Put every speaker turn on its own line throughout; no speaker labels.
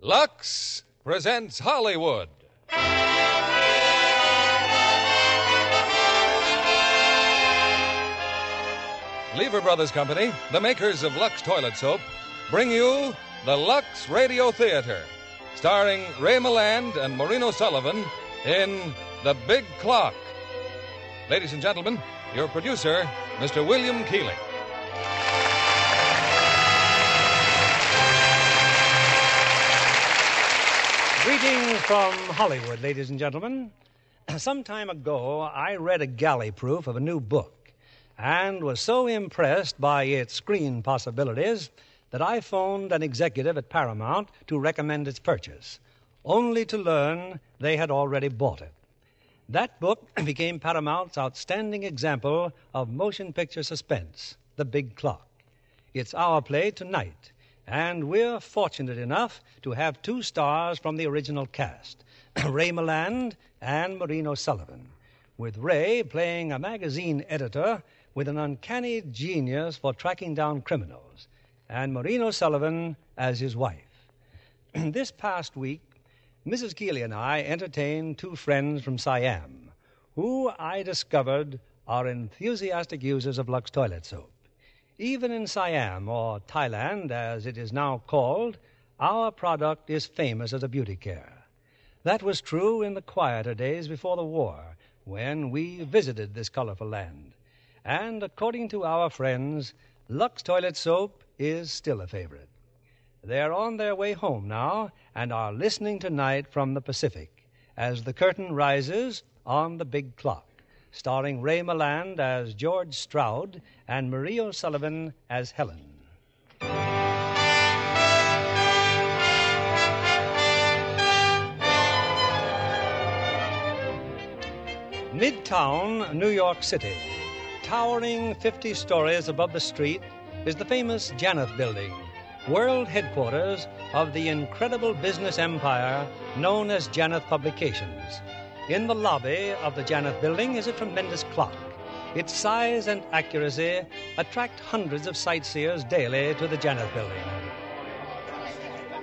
Lux presents Hollywood. Lever Brothers Company, the makers of Lux Toilet Soap, bring you the Lux Radio Theater, starring Ray Milland and Marino Sullivan in The Big Clock. Ladies and gentlemen, your producer, Mr. William Keeling.
Greetings from Hollywood, ladies and gentlemen. Some time ago, I read a galley proof of a new book and was so impressed by its screen possibilities that I phoned an executive at Paramount to recommend its purchase, only to learn they had already bought it. That book became Paramount's outstanding example of motion picture suspense, The Big Clock. It's our play tonight, and we're fortunate enough to have two stars from the original cast Ray Milland and Marino Sullivan, with Ray playing a magazine editor with an uncanny genius for tracking down criminals, and Marino Sullivan as his wife. this past week, Mrs. Keeley and I entertained two friends from Siam, who I discovered are enthusiastic users of Lux toilet soap. Even in Siam, or Thailand as it is now called, our product is famous as a beauty care. That was true in the quieter days before the war, when we visited this colorful land. And according to our friends, Lux toilet soap is still a favorite. They're on their way home now and are listening tonight from the Pacific as the curtain rises on The Big Clock, starring Ray Milland as George Stroud and Marie O'Sullivan as Helen. Midtown, New York City. Towering 50 stories above the street is the famous Janeth Building, world headquarters of the incredible business empire known as Janeth Publications. In the lobby of the Janeth Building is a tremendous clock. Its size and accuracy attract hundreds of sightseers daily to the Janeth Building.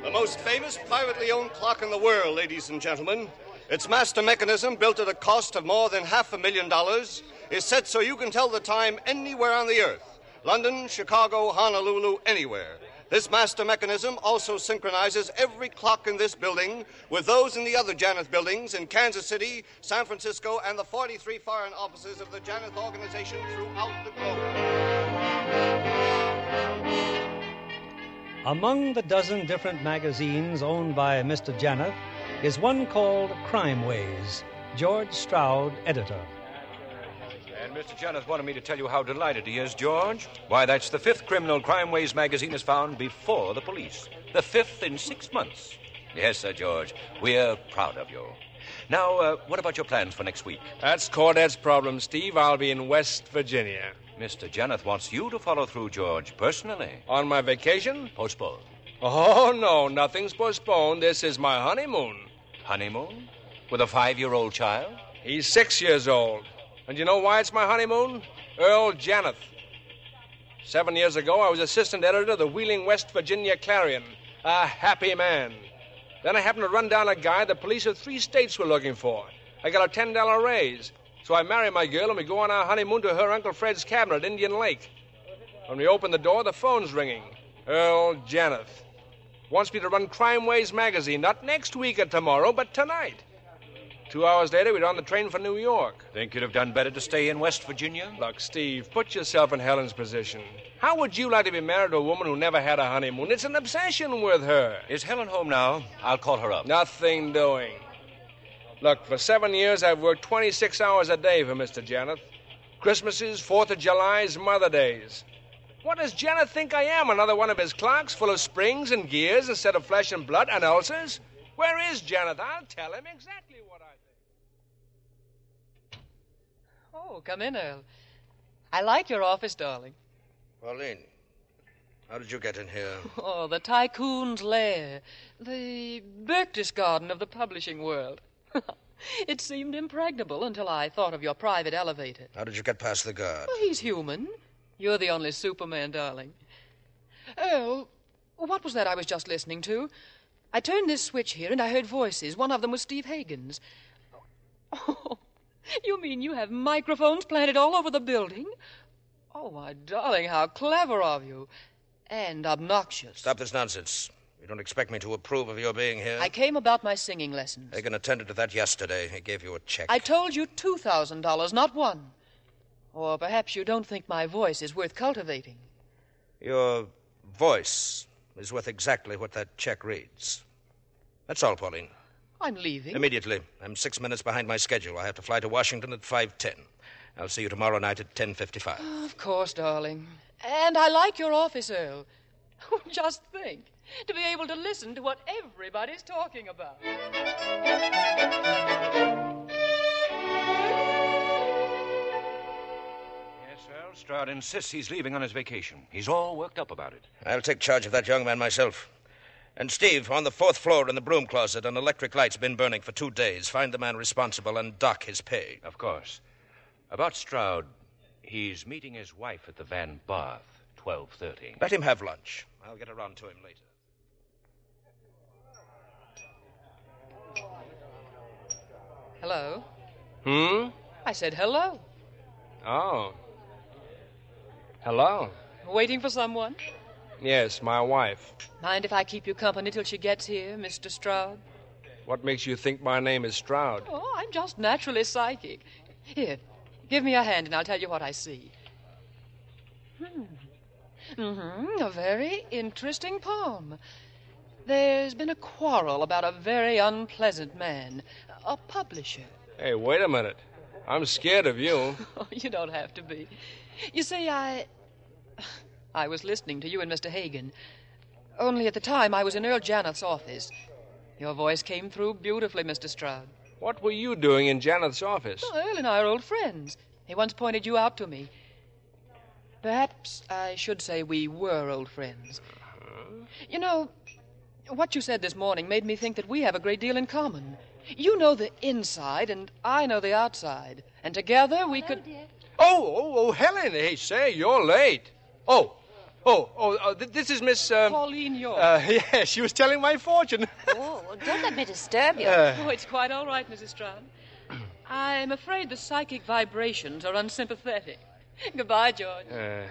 The most famous privately owned clock in the world, ladies and gentlemen. Its master mechanism, built at a cost of more than half a million dollars, is set so you can tell the time anywhere on the earth London, Chicago, Honolulu, anywhere. This master mechanism also synchronizes every clock in this building with those in the other Janeth buildings in Kansas City, San Francisco, and the 43 foreign offices of the Janeth organization throughout the globe.
Among the dozen different magazines owned by Mr. Janeth is one called Crime Ways, George Stroud, editor.
And Mr. Janet wanted me to tell you how delighted he is, George. Why, that's the fifth criminal Crime Ways magazine has found before the police. The fifth in six months. Yes, sir, George. We're proud of you. Now, uh, what about your plans for next week?
That's Cordette's problem, Steve. I'll be in West Virginia.
Mr. Janet wants you to follow through, George, personally.
On my vacation?
Postponed.
Oh, no, nothing's postponed. This is my honeymoon.
Honeymoon? With a five year old child?
He's six years old. And you know why it's my honeymoon? Earl Janeth. Seven years ago, I was assistant editor of the Wheeling, West Virginia Clarion. A happy man. Then I happened to run down a guy the police of three states were looking for. I got a $10 raise. So I marry my girl, and we go on our honeymoon to her Uncle Fred's cabin at Indian Lake. When we open the door, the phone's ringing. Earl Janeth. Wants me to run Crime Waves magazine, not next week or tomorrow, but tonight. Two hours later, we're on the train for New York.
Think you'd have done better to stay in West Virginia?
Look, Steve, put yourself in Helen's position. How would you like to be married to a woman who never had a honeymoon? It's an obsession with her.
Is Helen home now? I'll call her up.
Nothing doing. Look, for seven years, I've worked 26 hours a day for Mr. Janet. Christmases, Fourth of July's, Mother Days. What does Janet think I am? Another one of his clocks full of springs and gears instead of flesh and blood and ulcers? Where is Janet? I'll tell him exactly what I think.
Oh, come in, Earl. I like your office, darling.
Pauline, how did you get in here?
Oh, the tycoon's lair, the Berchtesgaden of the publishing world. it seemed impregnable until I thought of your private elevator.
How did you get past the guard?
Well, he's human. You're the only Superman, darling. Earl, what was that I was just listening to? I turned this switch here and I heard voices. One of them was Steve Hagen's. Oh, you mean you have microphones planted all over the building? Oh, my darling, how clever of you. And obnoxious.
Stop this nonsense. You don't expect me to approve of your being here?
I came about my singing lessons.
Hagen attended to that yesterday. He gave you a check.
I told you $2,000, not one. Or perhaps you don't think my voice is worth cultivating.
Your voice is worth exactly what that check reads. That's all, Pauline.
I'm leaving.
Immediately. I'm six minutes behind my schedule. I have to fly to Washington at five ten. I'll see you tomorrow night at ten fifty-five.
Oh, Of course, darling. And I like your office, Earl. Oh, Just think, to be able to listen to what everybody's talking about.
Yes, Earl Stroud insists he's leaving on his vacation. He's all worked up about it.
I'll take charge of that young man myself. And Steve, on the fourth floor in the broom closet, an electric light's been burning for two days. Find the man responsible and dock his pay.
Of course. About Stroud, he's meeting his wife at the Van Bath, 12.30.
Let him have lunch. I'll get around to him later.
Hello?
Hmm?
I said hello.
Oh. Hello?
Waiting for someone?
Yes, my wife.
Mind if I keep you company till she gets here, Mr. Stroud?
What makes you think my name is Stroud?
Oh, I'm just naturally psychic. Here, give me a hand and I'll tell you what I see. Hmm. hmm A very interesting poem. There's been a quarrel about a very unpleasant man, a publisher.
Hey, wait a minute. I'm scared of you.
Oh, you don't have to be. You see, I. I was listening to you and Mr. Hagen. Only at the time I was in Earl Janeth's office. Your voice came through beautifully, Mr. Stroud.
What were you doing in Janet's office?
Oh, Earl and I are old friends. He once pointed you out to me. Perhaps I should say we were old friends. You know, what you said this morning made me think that we have a great deal in common. You know the inside, and I know the outside. And together we could.
Oh, oh, oh, Helen. Hey, say, you're late. Oh, oh, oh, uh, th- this is Miss. Um,
Pauline York.
Uh, yeah, she was telling my fortune.
Oh, well, don't let me disturb you.
Oh, it's quite all right, Mrs. Stroud. I'm afraid the psychic vibrations are unsympathetic. Goodbye, George.
Uh,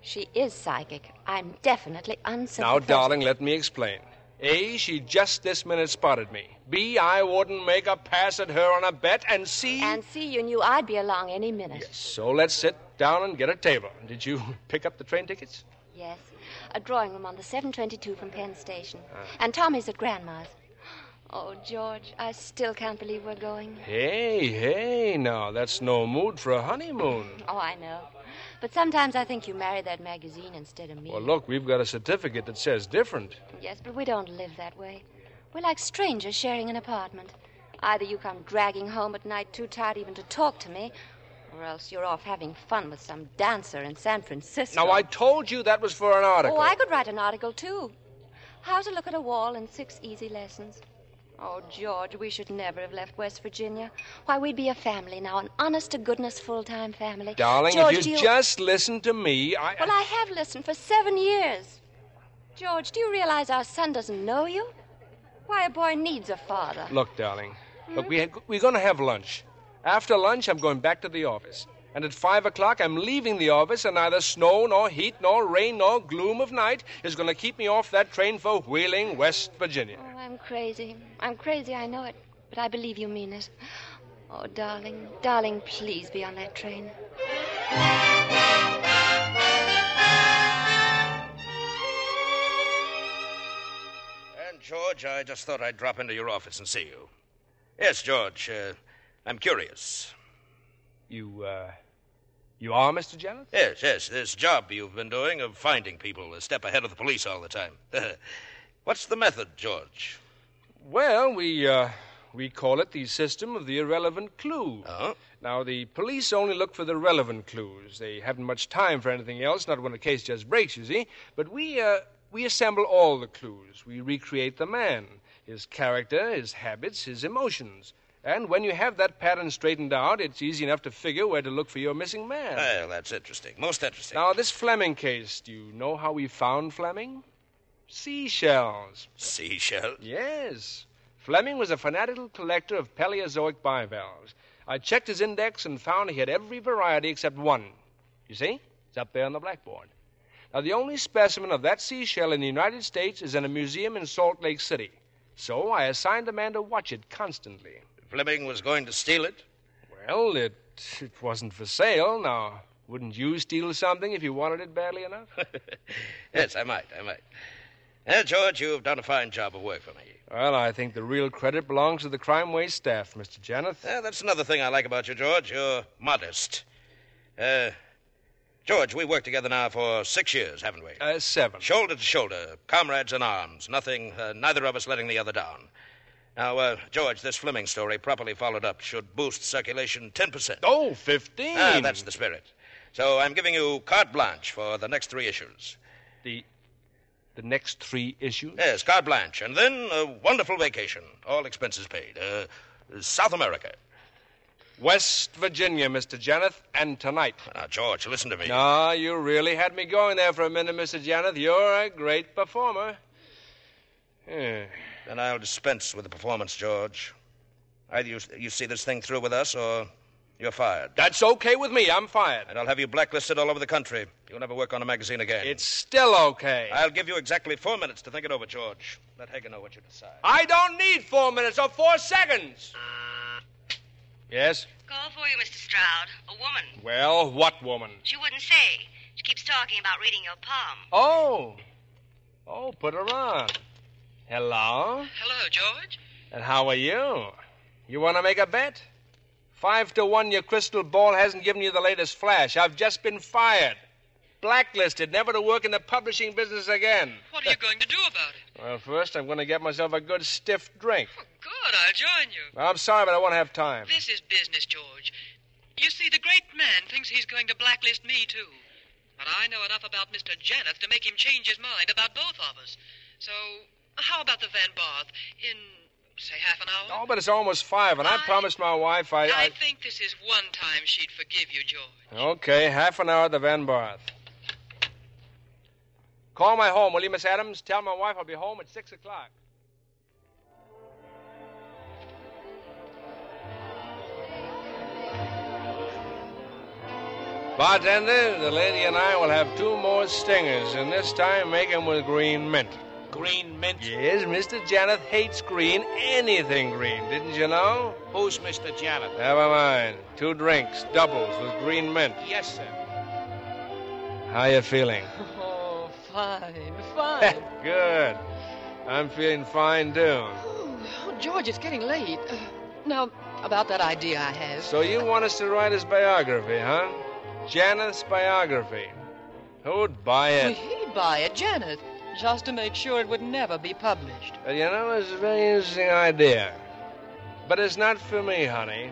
She is psychic. I'm definitely
now,
unsympathetic.
darling, let me explain. A, she just this minute spotted me. B, I wouldn't make a pass at her on a bet. And C.
And see, you knew I'd be along any minute.
So let's sit down and get a table. Did you pick up the train tickets?
Yes. A drawing room on the 722 from Penn Station.
Ah.
And Tommy's at Grandma's. Oh, George, I still can't believe we're going.
Hey, hey, now, that's no mood for a honeymoon.
Oh, I know. But sometimes I think you marry that magazine instead of me.
Well, look, we've got a certificate that says different.
Yes, but we don't live that way. We're like strangers sharing an apartment. Either you come dragging home at night too tired even to talk to me, or else you're off having fun with some dancer in San Francisco.
Now, I told you that was for an article.
Oh, I could write an article, too. How to look at a wall in six easy lessons. Oh, George, we should never have left West Virginia. Why, we'd be a family now, an honest to goodness full time family.
Darling,
George,
if
do
you, just listen to me, I.
Well, I have listened for seven years. George, do you realize our son doesn't know you? Why, a boy needs a father.
Look, darling. Look, we, we're going to have lunch. After lunch, I'm going back to the office. And at five o'clock, I'm leaving the office, and neither snow nor heat nor rain nor gloom of night is going to keep me off that train for Wheeling, West Virginia.
Oh, I'm crazy. I'm crazy, I know it. But I believe you mean it. Oh, darling, darling, please be on that train.
And, George, I just thought I'd drop into your office and see you. Yes, George, uh, I'm curious.
You, uh, you are Mr. Janet?
Yes, yes, this job you've been doing of finding people a step ahead of the police all the time. What's the method, George?
Well, we, uh, we call it the system of the irrelevant clue.
Oh?
Now, the police only look for the relevant clues. They haven't much time for anything else, not when a case just breaks, you see. But we, uh, we assemble all the clues. We recreate the man, his character, his habits, his emotions. And when you have that pattern straightened out, it's easy enough to figure where to look for your missing man.
Well, that's interesting. Most interesting.
Now, this Fleming case, do you know how we found Fleming? Seashells.
Seashell?
Yes. Fleming was a fanatical collector of Paleozoic bivalves. I checked his index and found he had every variety except one. You see? It's up there on the blackboard. Now, the only specimen of that seashell in the United States is in a museum in Salt Lake City. So I assigned a man to watch it constantly.
Fleming was going to steal it?
Well, it, it wasn't for sale. Now, wouldn't you steal something if you wanted it badly enough?
yes, I might, I might. Well, George, you've done a fine job of work for me.
Well, I think the real credit belongs to the crime wave staff, Mr. Janeth.
Uh, that's another thing I like about you, George. You're modest. Uh, George, we worked together now for six years, haven't we?
Uh, seven.
shoulder to shoulder, comrades in arms, nothing, uh, neither of us letting the other down. Now, uh, George, this Fleming story, properly followed up, should boost circulation 10%.
Oh, 15.
Ah, that's the spirit. So I'm giving you carte blanche for the next three issues.
the the next three issues.
Yes, carte blanche. And then a wonderful vacation, all expenses paid. Uh, South America.
West Virginia, Mr. Janeth, and tonight.
Now, George, listen to me.
Ah, you really had me going there for a minute, Mr. Janeth. You're a great performer. Yeah.
Then I'll dispense with the performance, George. Either you, you see this thing through with us or you're fired.
That's okay with me. I'm fired.
And I'll have you blacklisted all over the country. You'll never work on a magazine again.
It's still okay.
I'll give you exactly four minutes to think it over, George. Let Hager know what you decide.
I don't need four minutes or four seconds. Yes?
Call for you, Mr. Stroud. A woman.
Well, what woman?
She wouldn't say. She keeps talking about reading your palm.
Oh. Oh, put her on. Hello?
Hello, George.
And how are you? You want to make a bet? Five to one, your crystal ball hasn't given you the latest flash. I've just been fired. Blacklisted, never to work in the publishing business again.
What are you going to do about it?
Well, first, I'm going to get myself a good stiff drink.
Good, I'll join you.
I'm sorry, but I won't have time.
This is business, George. You see, the great man thinks he's going to blacklist me, too. But I know enough about Mr. Janeth to make him change his mind about both of us. So, how about the Van Barth in, say, half an hour?
Oh, but it's almost five, and I,
I-
promised my wife I.
I
I...
think this is one time she'd forgive you, George.
Okay, half an hour at the Van Barth. Call my home, will you, Miss Adams? Tell my wife I'll be home at six o'clock. Bartender, the lady and I will have two more stingers, and this time make 'em with green mint.
Green Mint?
Yes, Mr. Janet hates green, anything green, didn't you know?
Who's Mr. Janet?
Uh,
Never mind. Two drinks, doubles with green mint.
Yes, sir.
How you feeling?
Oh, fine, fine.
Good. I'm feeling fine too.
oh, George, it's getting late. Uh, now, about that idea I have.
So you want us to write his biography, huh? Janeth's biography. Who'd buy
Well,
it?
he'd buy it, Janet, just to make sure it would never be published.
Well, Uh, you know, it's a very interesting idea. But it's not for me, honey.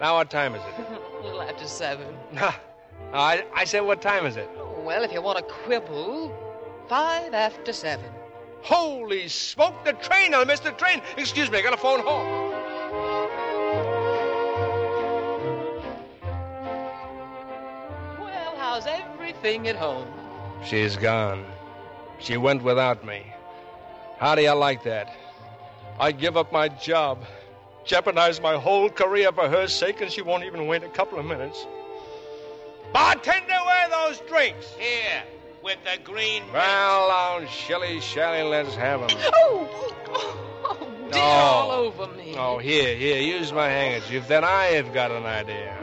Now, what time is it?
Little after seven.
I, I said, what time is it?
Well, if you want to quibble, five after seven.
Holy smoke, the train! I missed the train! Excuse me, I gotta phone home.
Well, how's everything at home?
She's gone. She went without me. How do you like that? I give up my job. jeopardized my whole career for her sake, and she won't even wait a couple of minutes. Bartender, where are those drinks?
Here, with the green.
Well, on shilly shally, let's have them.
Oh, oh, oh,
No.
dear, all over me.
Oh, here, here, use my handkerchief. Then I have got an idea.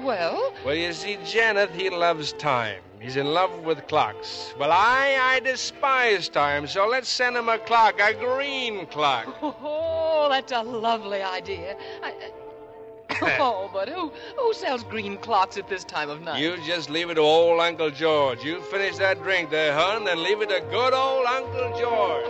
Well,
Well, you see, Janet, he loves time. He's in love with clocks. Well, I, I despise time, so let's send him a clock, a green clock.
oh, that's a lovely idea. I,
uh,
Eh.
I- oh, but who who sells green clocks at this time of night?
You just leave it to old Uncle George. You finish that drink there, hon, and leave it to good old Uncle George.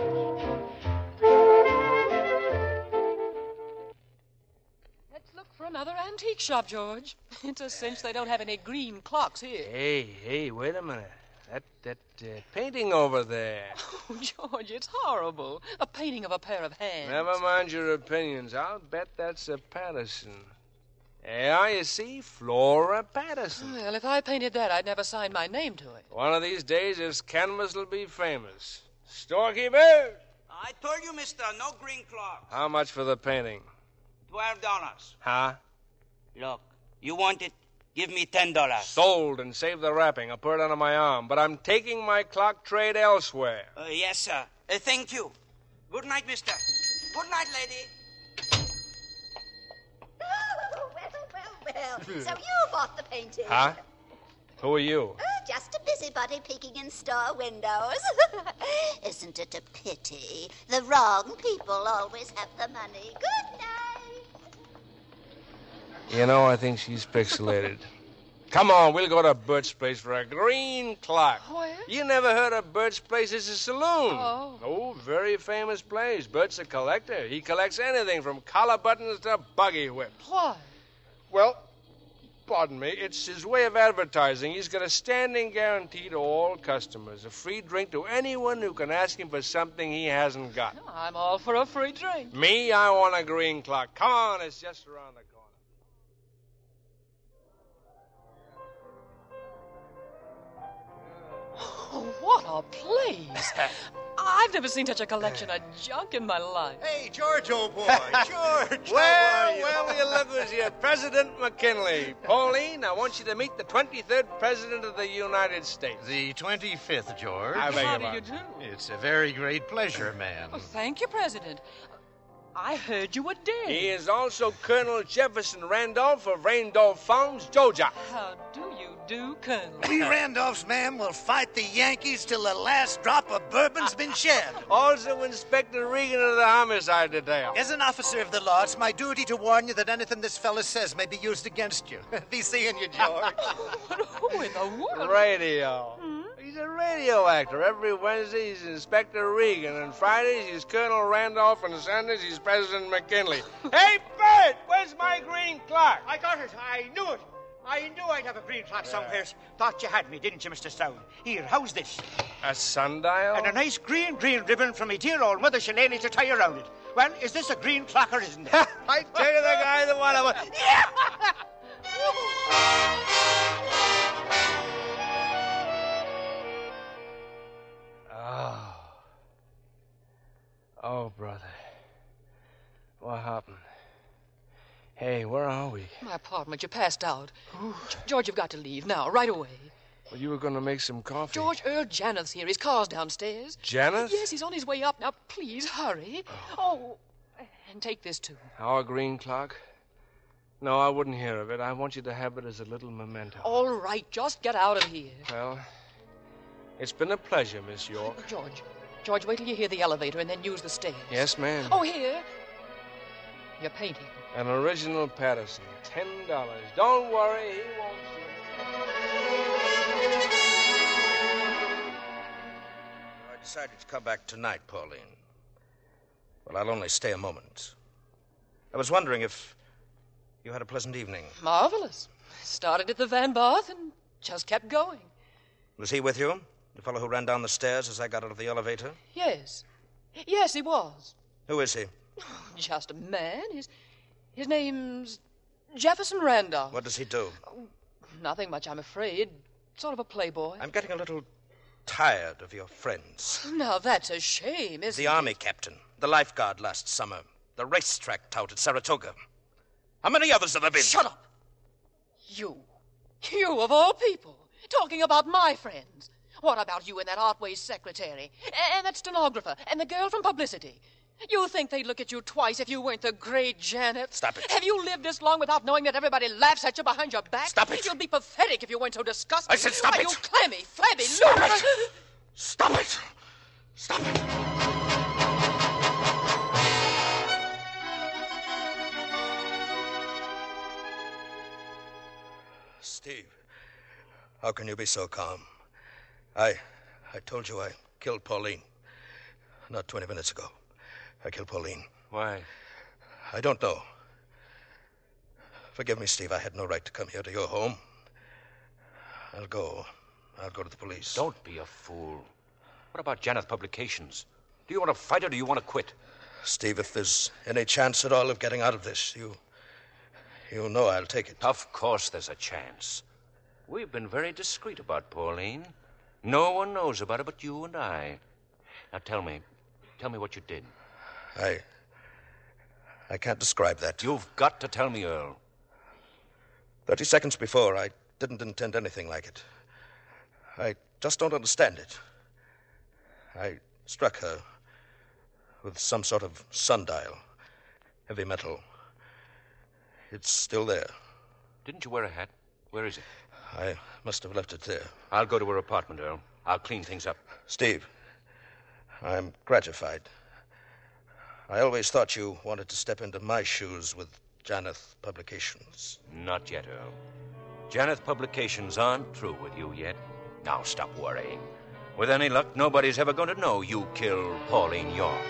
Let's look for another antique shop, George. It's a cinch they don't have any green clocks here.
Hey, hey, wait a minute. That that uh, painting over there.
Oh, George, it's horrible. A painting of a pair of hands.
Never mind your opinions. I'll bet that's a Patterson. Yeah, you see, Flora Patterson.
Well, if I painted that, I'd never sign my name to it.
One of these days, this canvas will be famous. Storekeeper,
I told you, mister, no green clock.
how much for the painting?
Twelve dollars.
Huh?
Look, you want it? Give me ten dollars.
Sold and save the wrapping. I'll put it under my arm. But I'm taking my clock trade elsewhere.
Uh, yes, sir. Uh, thank you. Good night, mister. Good night, lady.
Oh, well, well, well. So you bought the painting.
Hmm. Huh? Who are you?
Oh, just a busybody peeking in store windows. Isn't it a pity? The wrong people always have the money. Good night.
You know, I think she's pixelated. Come on, we'll go to Bert's place for a green clock.
Where?
You never heard of Bert's place? It's a saloon.
Oh.
very famous place. Bert's a collector. He collects anything from collar buttons to buggy whips.
Why?
Well, pardon me. It's his way of advertising. He's got a standing guarantee to all customers, a free drink to anyone who can ask him for something he hasn't got.
I'm all for a free drink.
Me, I want a green clock. Come on, it's just around the corner.
Oh, what a place! I've never seen such a collection of junk in my life.
Eh. Hey, George, old boy. George. how are
Well,
you?
well, you look who's here. President McKinley. Pauline, I want you to meet the 23rd President of the United States.
The 25th, George.
I beg
How
your
do you
pardon.
do?
It's a very great pleasure, man.
Well, thank you, President. I heard you were dead.
He is also Colonel Jefferson Randolph of Randolph Farms, Georgia.
How do you do, Colonel?
We Randolphs, ma'am, will fight the Yankees till the last drop of bourbon's been shed.
Also Inspector Regan of the Homicide Detail.
As an officer of the law, it's my duty to warn you that anything this fella says may be used against you. be seeing you, George.
But who in the world?
Radio.
Hmm?
He's a radio actor. Every Wednesday he's Inspector Regan, and Fridays he's Colonel Randolph, and Sundays he's President McKinley. hey, Bert, where's my green clock?
I got it. I knew it. I knew I'd have a green clock somewhere. Thought you had me, didn't you, Mr. Stone? Here, how's this?
A sundial?
And a nice green, green ribbon from me dear old mother Shillelagh to tie around it. Well, is this a green clock or isn't it?
I tell you, the guy the one of Oh. Oh, brother. What happened? Hey, where are we?
My apartment, you passed out. G- George, you've got to leave now, right away.
Well, you were going to make some coffee.
George, Earl Janeth's here. His car's downstairs.
Janeth?
Yes, he's on his way up. Now, please hurry. Oh, and take this too.
Our green clock? No, I wouldn't hear of it. I want you to have it as a little memento.
All right, just get out of here.
Well, it's been a pleasure, Miss
Oh.
York.
George, George, wait till you hear the elevator and then use the stairs.
Yes,
Hmm.
ma'am.
Oh, here. Your painting.
An original Patterson. Ten dollars. Don't worry, he won't
I decided to come back tonight, Pauline. Well, I'll only stay a moment. I was wondering if you had a pleasant evening.
Marvelous. Started at the Van Barth and just kept going.
Was he with you? The fellow who ran down the stairs as I got out of the elevator?
Yes. Yes, he was.
Who is he?
Just a man. His, his name's Jefferson Randolph.
What does he do?
Nothing much, I'm afraid. Sort of a playboy.
I'm getting a little tired of your friends.
Now, that's a shame, isn't
The army captain, the lifeguard last summer, The racetrack tout at Saratoga. How many others have there been?
Shut up! You. You, of all people, talking about my friends. What about you and that Otway's secretary, a- and that stenographer, and the girl from publicity? You think they'd look at you twice if you weren't the great Janet?
Stop it.
Have you lived this long without knowing that everybody laughs at you behind your back?
Stop it.
You'd be pathetic if you weren't so disgusting.
I said stop
Why,
it.
You clammy, flabby,
Stop
loser.
it. Stop it! Stop it! Steve, how can you be so calm? I. I told you I killed Pauline. Not 20 minutes ago. I killed Pauline.
Why?
I don't know. Forgive me, Steve. I had no right to come here to your home. I'll go. I'll go to the police.
Don't be a fool. What about Janeth Publications? Do you want to fight or do you want to quit?
Steve, if there's any chance at all of getting out of this, you. You know I'll take it.
Of course there's a chance. We've been very discreet about Pauline. No one knows about it but you and I. Now tell me. Tell me what you did.
I. I can't describe that.
You've got to tell me, Earl.
Thirty seconds before, I didn't intend anything like it. I just don't understand it. I struck her with some sort of sundial, heavy metal. It's still there.
Didn't you wear a hat? Where is it?
I must have left it there.
I'll go to her apartment, Earl. I'll clean things up.
Steve, I'm gratified. I always thought you wanted to step into my shoes with Janeth Publications.
Not yet, Earl. Janeth Publications aren't through with you yet. Now stop worrying. With any luck, nobody's ever going to know you killed Pauline York.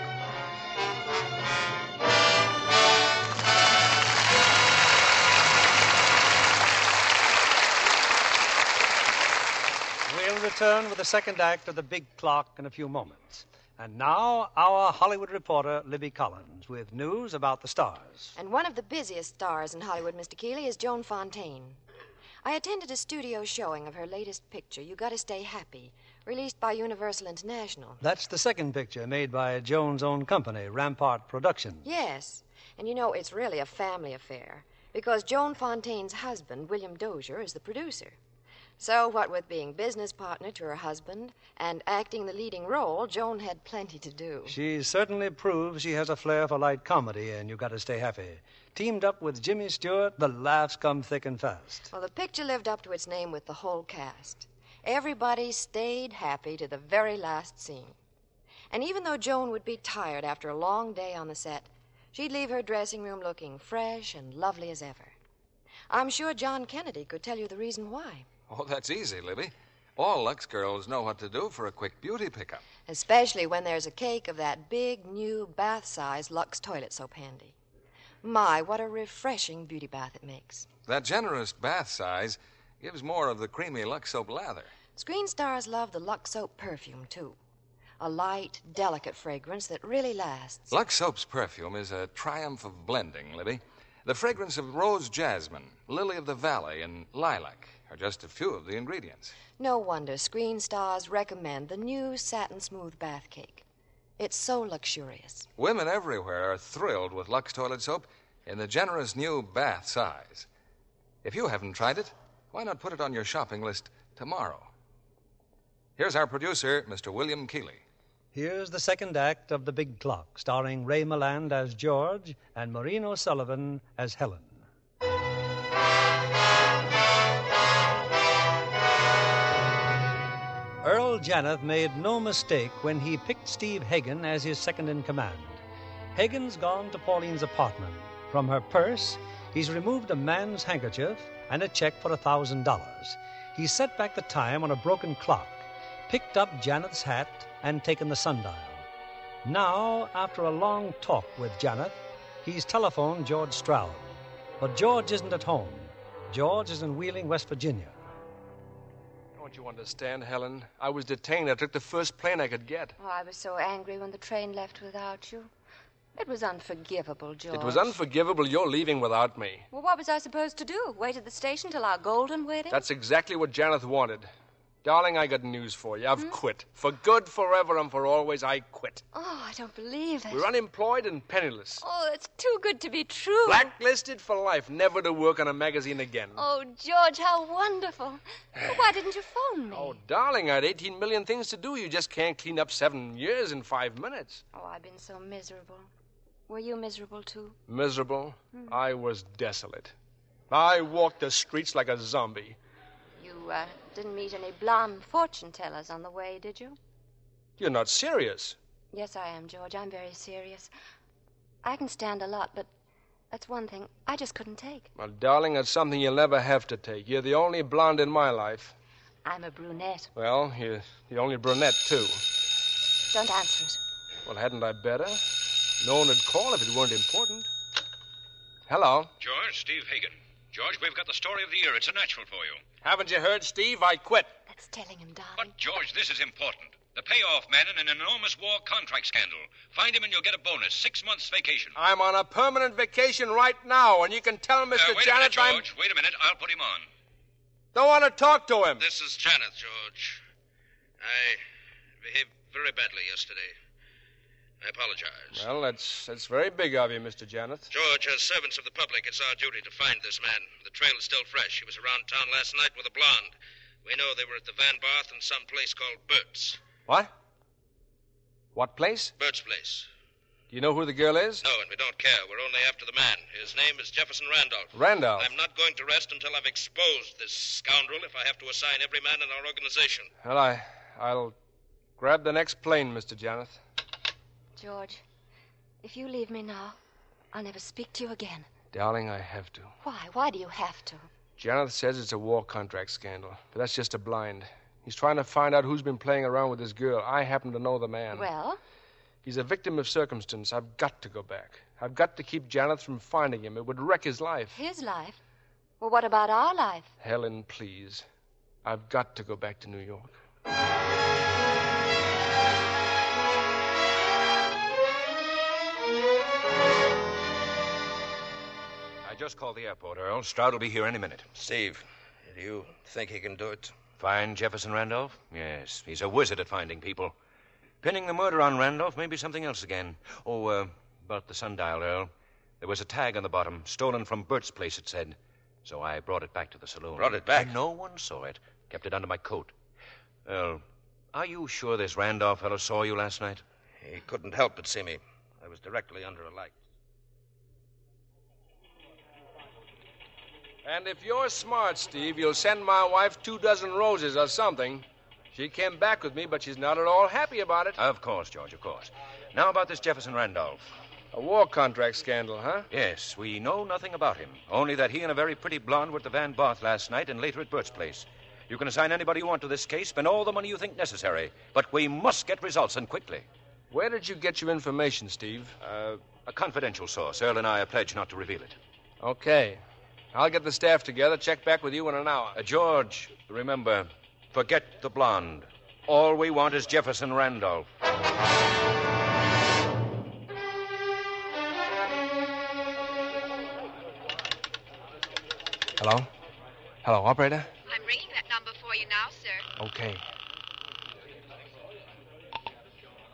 We'll return with the second act of The Big Clock in a few moments. And now, our Hollywood reporter, Libby Collins, with news about the stars.
And one of the busiest stars in Hollywood, Mr. Keeley, is Joan Fontaine. I attended a studio showing of her latest picture, You Gotta Stay Happy, released by Universal International.
That's the second picture made by Joan's own company, Rampart Productions.
Yes, and you know, it's really a family affair, because Joan Fontaine's husband, William Dozier, is the producer. So, what with being business partner to her husband and acting the leading role, Joan had plenty to do.
She certainly proves she has a flair for light comedy, and you gotta stay happy. Teamed up with Jimmy Stewart, the laughs come thick and fast.
Well, the picture lived up to its name with the whole cast. Everybody stayed happy to the very last scene. And even though Joan would be tired after a long day on the set, she'd leave her dressing room looking fresh and lovely as ever. I'm sure John Kennedy could tell you the reason why,
Oh, that's easy, Libby. All Lux girls know what to do for a quick beauty pickup.
especially when there's a cake of that big new bath size Lux toilet soap handy. My, what a refreshing beauty bath it makes.
That generous bath size gives more of the creamy Lux soap lather.
Screen stars love the Lux soap perfume, too. A light, delicate fragrance that really lasts.
Lux soap's perfume is a triumph of blending, Libby. The fragrance of rose jasmine, lily of the valley, and lilac are just a few of the ingredients.
No wonder screen stars recommend the new satin smooth bath cake. It's so luxurious.
Women everywhere are thrilled with Lux toilet soap in the generous new bath size. If you haven't tried it, why not put it on your shopping list tomorrow? Here's our producer, Mr. William Keeley.
Here's the second act of The Big Clock, starring Ray Milland as George and Maureen O'Sullivan as Helen. Earl Janeth made no mistake when he picked Steve Hagen as his second in command. Hagen's gone to Pauline's apartment. From her purse, he's removed a man's handkerchief and a check for a $1,000. He's set back the time on a broken clock picked up Janet's hat and taken the sundial. Now, after a long talk with Janet, he's telephoned George Stroud. But George isn't at home. George is in Wheeling, West Virginia.
Don't you understand, Helen? I was detained. I took the first plane I could get.
Oh, I was so angry when the train left without you. It was unforgivable, George.
It was unforgivable your leaving without me.
Well, what was I supposed to do? Wait at the station till our golden wedding?
That's exactly what Janeth wanted. Darling, I got news for you. I've quit. For good, forever, and for always, I quit.
Oh, I don't believe it.
We're unemployed and penniless.
Oh, it's too good to be
Oh.
true.
Blacklisted for life, never to work on a magazine again.
Oh,
George, how wonderful. Well, why didn't you phone me?
Oh, darling, I had 18 million things to do. You just can't clean up seven years in five minutes.
Oh, I've been so miserable. Were you miserable too?
Miserable.
Hmm.
I was desolate. I walked the streets like a zombie.
You uh, didn't meet any blonde fortune tellers on the way, did you?
You're not serious.
Yes, I am, George. I'm very serious. I can stand a lot, but that's one thing I just couldn't take.
Well, darling, that's something you'll never have to take. You're the only blonde in my life.
I'm a brunette.
Well, you're the only brunette, too.
Don't answer it.
Well, hadn't I better? No one would call if it weren't important. Hello.
George, Steve Hagen. George, we've got the story of the year. It's a natural for you.
Haven't you heard, Steve? I quit.
That's telling him, darling.
But, George, this is important. The payoff man in an enormous war contract scandal. Find him and you'll get a bonus. Six months vacation.
I'm on a permanent vacation right now, and you can tell Mr.
Uh, wait
Janet
a minute,
I'm.
George. Wait a minute. I'll put him on.
Don't want to talk to
Um.
him.
This is Janet, George. I behaved very badly yesterday. I apologize.
Well, that's, that's very big of you, Mr. Janet.
George, as servants of the public, it's our duty to find this man. The trail is still fresh. He was around town last night with a blonde. We know they were at the Van Barth in some place called Burt's.
What? What place?
Burt's place.
Do you know who the girl is?
No, and we don't care. We're only after the man. His name is Jefferson Randolph.
Randolph.
I'm not going to rest until I've exposed this scoundrel if I have to assign every man in our organization.
Well, I, I'll grab the next plane, Mr. Janet.
George, if you leave me now, I'll never speak to you again.
Darling, I have to.
Why? Why do you have to?
Janet says it's a war contract scandal, but that's just a blind. He's trying to find out who's been playing around with this girl. I happen to know the man.
Well,
He's a victim of circumstance. I've got to go back. I've got to keep Janet from finding him. It would wreck his life.
his life. Well, what about our life?
Helen, please. I've got to go back to New York.
I just called the airport, Earl. Stroud will be here any minute.
Steve, do you think he can do it?
Find Jefferson Randolph? Yes, he's a wizard at finding people. Pinning the murder on Randolph may be something else again. Oh, uh, about the sundial, Earl. There was a tag on the bottom, stolen from Bert's place, it said. So I brought it back to the saloon.
Brought it back?
And no one saw it. Kept it under my coat. Earl, are you sure this Randolph fellow saw you last night?
He couldn't help but see me. I was directly under a light.
And if you're smart, Steve, you'll send my wife two dozen roses or something. She came back with me, but she's not at all happy about it.
Of course, George, of course. Now about this Jefferson Randolph.
A war contract scandal, huh?
Yes, we know nothing about him, only that he and a very pretty blonde were at the Van Barth last night and later at Bert's place. You can assign anybody you want to this case, spend all the money you think necessary, but we must get results and quickly.
Where did you get your information, Steve?
Uh, a confidential source. Earl and I are pledged not to reveal it.
Okay. I'll get the staff together, check back with you in an hour.
Uh, George, remember, forget the blonde. All we want is Jefferson Randolph.
Hello? Hello, operator?
I'm ringing that number for you now, sir.
Okay.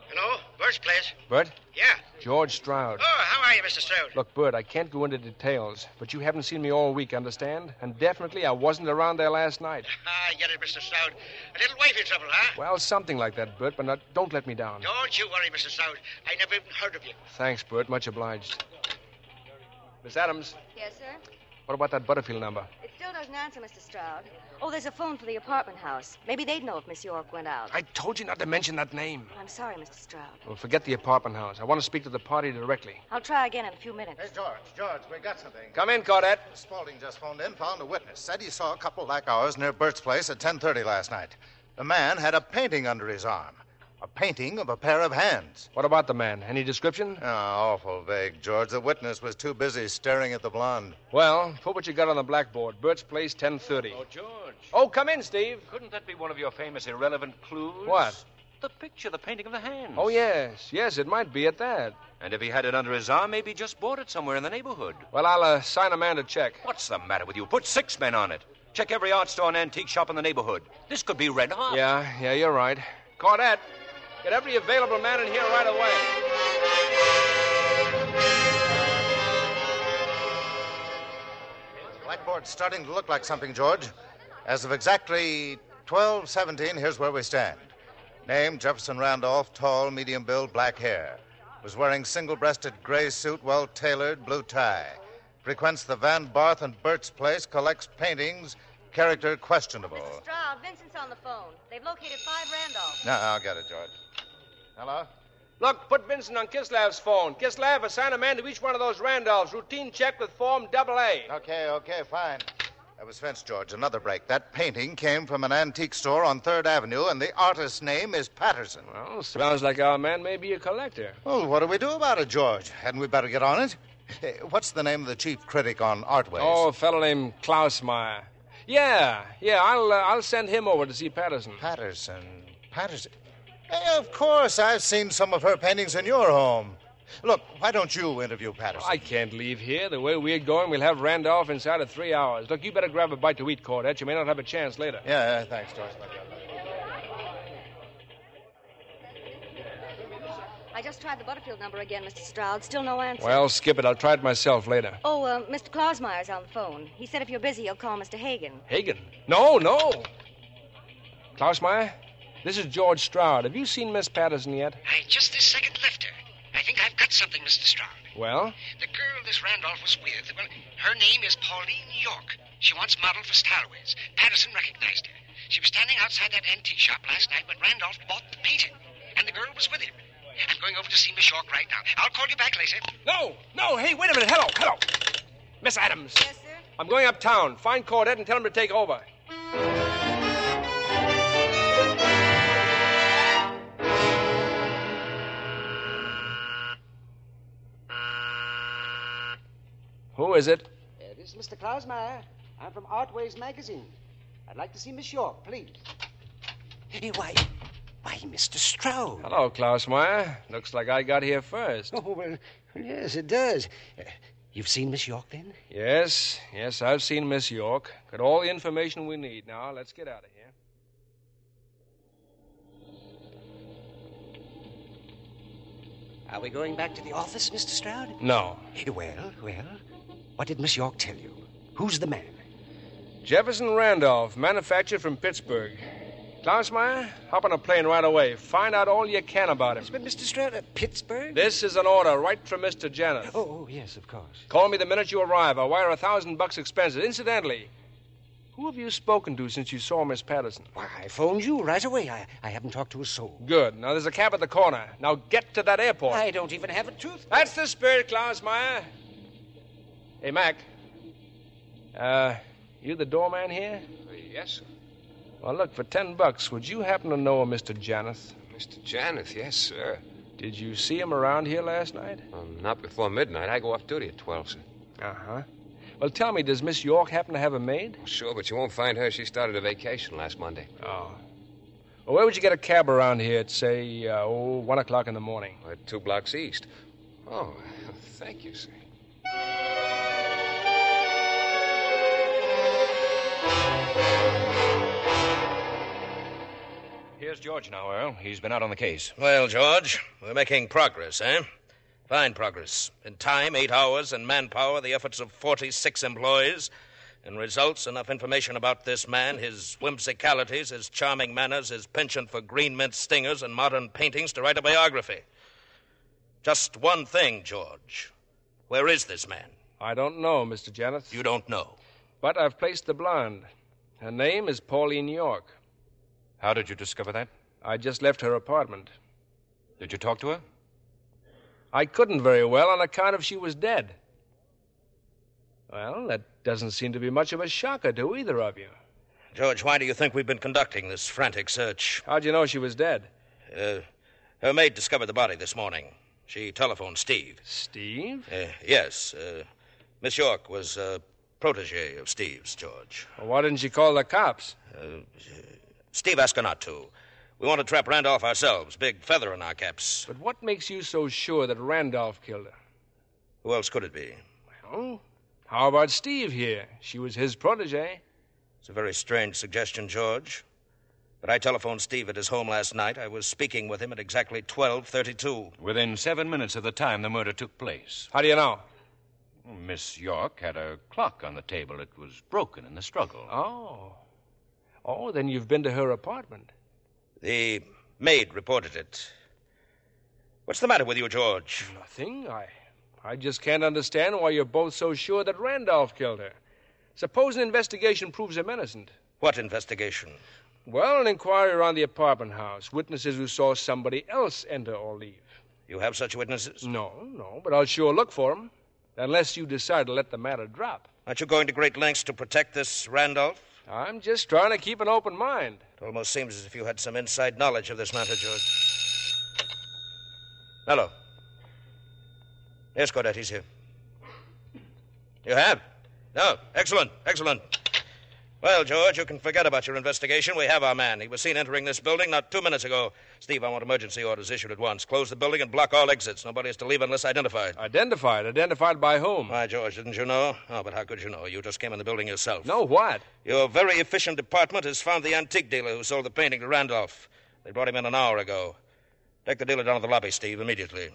Hello? Bert's place?
Bert?
Yeah.
George Stroud.
Oh, how are you, Mr. Stroud?
Look, Bert, I can't go into details, but you haven't seen me all week, understand? And definitely I wasn't around there last night.
I Ah, get it, Mr. Stroud. A little wifey trouble, huh?
Well, something like that, Bert, but not, don't let me down.
Don't you worry, Mr. Stroud. I never even heard of you.
Thanks, Bert. Much obliged. Miss Adams,
Yes, sir?
what about that Butterfield number?
It still doesn't answer, Mr. Stroud. Oh, there's a phone for the apartment house. Maybe they'd know if Miss York went out.
I told you not to mention that name.
I'm sorry, Mr. Stroud.
Well, forget the apartment house. I want to speak to the party directly.
I'll try again in a few minutes.
Hey, George, George, we got something.
Come in, Cordette.
Spaulding just phoned in, found a witness. Said he saw a couple like ours near Bert's place at 10.30 last night. The man had a painting under his arm. A painting of a pair of hands. Ah,
What about the man? Any description?
awful vague, George. The witness was too busy staring at the blonde.
Well, put what you got on the blackboard. Bert's place, 1030.
Oh, George.
Oh, come in, Steve.
Couldn't that be one of your famous irrelevant clues?
What?
The picture, the painting of the hands.
Oh, yes. Yes, it might be at that.
Hmm. And if he had it under his arm, maybe he just bought it somewhere in the neighborhood.
Well, I'll uh, sign a man to check.
What's the matter with you? Put six men on it. Check every art store and antique shop in the neighborhood. This could be red hot.
Yeah, yeah, you're right. Cordette, get every available man in here right away.
Blackboard's starting to look like something, George. As of exactly 1217, here's where we stand. Name Jefferson Randolph, tall, medium build, black hair. Was wearing single breasted gray suit, well tailored, blue tie. Frequents the Van Barth and Burt's place, collects paintings, character questionable.
Stroud, Vincent's on the phone. They've located five Randolph.
Now, I'll get it, George. Hello?
Look, put Vincent on Kislev's phone. Kislev, assign a man to each one of those Randolphs. Routine check with form double A.
Okay, okay, fine. That was fenced, George. Another break. That painting came from an antique store on 3rd Avenue, and the artist's name is Patterson.
Well, sounds like our man may be a collector.
Well, what do we do about it, George? Hadn't we better get on it? Hey, What's the name of the chief critic on Artways?
Oh, a fellow named Klausmeyer. Yeah, yeah, I'll uh, I'll send him over to see Patterson.
Patterson, Patterson. Hey, Eh, of course, I've seen some of her paintings in your home. Look, why don't you interview Patterson?
I can't leave here. The way we're going, we'll have Randolph inside of three hours. Look, you better grab a bite to eat, Cordette. You may not have a chance later.
Yeah, yeah, thanks, George.
I just tried the Butterfield number again, Mr. Stroud. Still no answer.
Well, skip it. I'll try it myself later.
Oh, uh, Mr. Klausmeyer's on the phone. He said if you're busy, he'll call Mr. Hagen.
Hagen? No, no. Klausmeyer, this is George Stroud. Have you seen Miss Patterson yet?
Hey, just this second left her. I think I've got something, Mr. Strong.
Well,
The girl this Randolph was with, well, her name is Pauline York. She once modeled for Starways. Patterson recognized her. She was standing outside that antique shop last night when Randolph bought the painting, and the girl was with him. I'm going over to see Miss York right now. I'll call you back later.
No, no. Hey, wait a minute. Hello, hello. Miss Adams. Yes, sir. I'm going uptown. Find Cordette and tell him to take over. Who is it?
Uh, this is Mr. Klausmeyer. I'm from Artways Magazine. I'd like to see Miss York, please.
Hey, why? Why, Mr. Stroud. Hello, Klausmeyer. Looks like I got here first.
Oh, well, yes, it does. Uh, you've seen Miss York, then?
Yes, yes, I've seen Miss York. Got all the information we need. Now, let's get out of here.
Are we going back to the office, Mr. Stroud?
No.
Eh, Well, well. What did Miss York tell you? Who's the man?
Jefferson Randolph, manufactured from Pittsburgh. Klausmeyer, hop on a plane right away. Find out all you can about him.
But, Mr. Stroud, uh, Pittsburgh?
This is an order right from Mr. Janet.
Oh, oh, yes, of course.
Call me the minute you arrive. I'll wire a thousand bucks expenses. Incidentally, who have you spoken to since you saw Miss Patterson?
Why, I phoned you right away. I, I haven't talked to a soul.
Good. Now there's a cab at the corner. Now get to that airport.
I don't even have a tooth.
That's the spirit, Klausmeyer. Hey, Mac. Uh, you the doorman here?
Yes,
Well, look, for ten bucks, would you happen to know a Mr. Janeth?
Mr. Janeth, yes, sir.
Did you see him around here last night?
Um, not before midnight. I go off duty at 12, sir.
Uh huh. Well, tell me, does Miss York happen to have a maid?
Sure, but you won't find her. She started a vacation last Monday.
Oh. Well, where would you get a cab around here at, say, uh, oh, one o'clock in the morning?
Uh, two blocks east. Oh, thank you, sir. Here's George now, Earl. He's been out on the case.
Well, George, we're making progress, eh? Fine progress. In time, eight hours, and manpower, the efforts of 46 employees. In results, enough information about this man, his whimsicalities, his charming manners, his penchant for green mint stingers and modern paintings to write a biography. Just one thing, George. Where is this man?
I don't know, Mr. Janeth.
You don't know.
But I've placed the blonde. Her name is Pauline York.
How did you discover that?
I just left her apartment.
Did you talk to her?
I couldn't very well on account of she was dead. Well, that doesn't seem to be much of a shocker to either of you.
George, why do you think we've been conducting this frantic search?
How'd you know she was dead?
Uh, her maid discovered the body this morning. She telephoned Steve.
Steve?
Uh, yes. Uh, Miss York was a protege of Steve's, George.
Well, why didn't she call the cops?
Uh, Steve asked her not to. We want to trap Randolph ourselves, big feather in our caps.
But what makes you so sure that Randolph killed her?
Who else could it be?
Well, how about Steve here? She was his protege.
It's a very strange suggestion, George. But I telephoned Steve at his home last night. I was speaking with him at exactly 12:32.
Within seven minutes of the time the murder took place.
How do you know?
Miss York had a clock on the table. It was broken in the struggle.
Oh. Oh, then you've been to her apartment.
The maid reported it. What's the matter with you, George?
Nothing. I I just can't understand why you're both so sure that Randolph killed her. Suppose an investigation proves him innocent.
What investigation?
Well, an inquiry around the apartment house. Witnesses who saw somebody else enter or leave.
You have such witnesses?
No, no, but I'll sure look for them. Unless you decide to let the matter drop.
Aren't you going to great lengths to protect this Randolph?
I'm just trying to keep an open mind.
It almost seems as if you had some inside knowledge of this matter, George. Hello. Yes, Cordette, he's here. You have? No. Excellent. Excellent. Well, George, you can forget about your investigation. We have our man. He was seen entering this building not two minutes ago. Steve, I want emergency orders issued at once. Close the building and block all exits. Nobody is to leave unless identified.
Identified? Identified by whom?
Why, George, didn't you know? Oh, but how could you know? You just came in the building yourself.
No, what?
Your very efficient department has found the antique dealer who sold the painting to Randolph. They brought him in an hour ago. Take the dealer down to the lobby, Steve, immediately.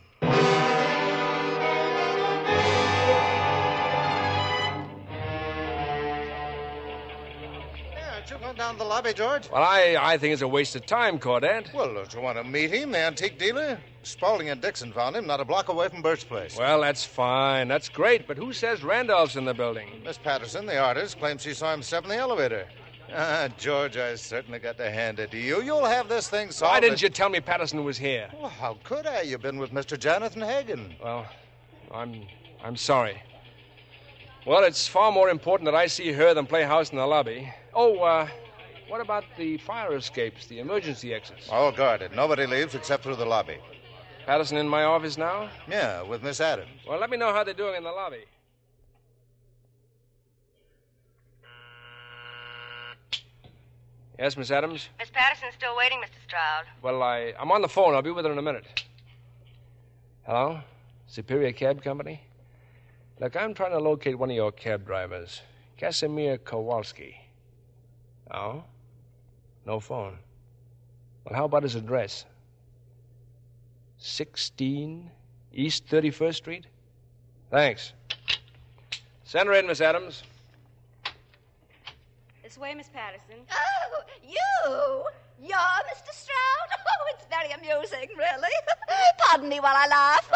down to the lobby, George?
Well, I, I think it's a waste of time, Cordette.
Well, don't you want to meet him, the antique dealer? Spaulding and Dixon found him not a block away from Burt's place.
Well, that's fine. That's great. But who says Randolph's in the building?
Miss Patterson, the artist, claims she saw him step in the elevator. Ah, George, I certainly got to hand it to you. You'll have this thing solved.
Why didn't but... you tell me Patterson was here?
Well, how could I? You've been with Mr. Jonathan Hagan.
Well, I'm I'm sorry. Well, it's far more important that I see her than play house in the lobby. Oh, uh, what about the fire escapes, the emergency exits?
All guarded. Oh, Nobody leaves except through the lobby.
Patterson in my office now?
Yeah, with Miss Adams.
Well, let me know how they're doing in the lobby. Yes, Miss Adams?
Miss Patterson's still waiting, Mr. Stroud.
Well, I, I'm on the phone. I'll be with her in a minute. Hello? Superior Cab Company? Look, I'm trying to locate one of your cab drivers, Casimir Kowalski. Oh? No phone. Well, how about his address? 16 East 31st Street? Thanks. Send her in, Miss Adams.
This way, Miss Patterson.
Oh, you! You're Mr. Stroud? Oh, it's very amusing, really. Pardon me while I laugh.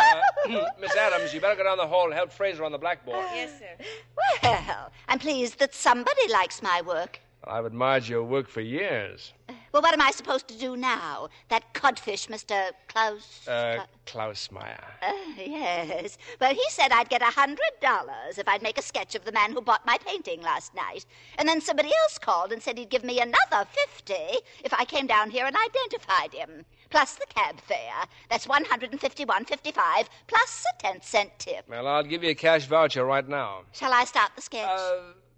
uh, Miss Adams, you better go down the hall and help Fraser on the blackboard.
Yes, sir.
Well, I'm pleased that somebody likes my work.
I've admired your work for years.
Well, what am I supposed to do now? That codfish, Mr. Klaus.
Uh, Klaus Meyer.
Uh, yes. Well, he said I'd get a hundred dollars if I'd make a sketch of the man who bought my painting last night. And then somebody else called and said he'd give me another fifty if I came down here and identified him. Plus the cab fare. That's one hundred and fifty-one fifty-five plus a ten cent tip.
Well, I'll give you a cash voucher right now.
Shall I start the sketch?
Uh,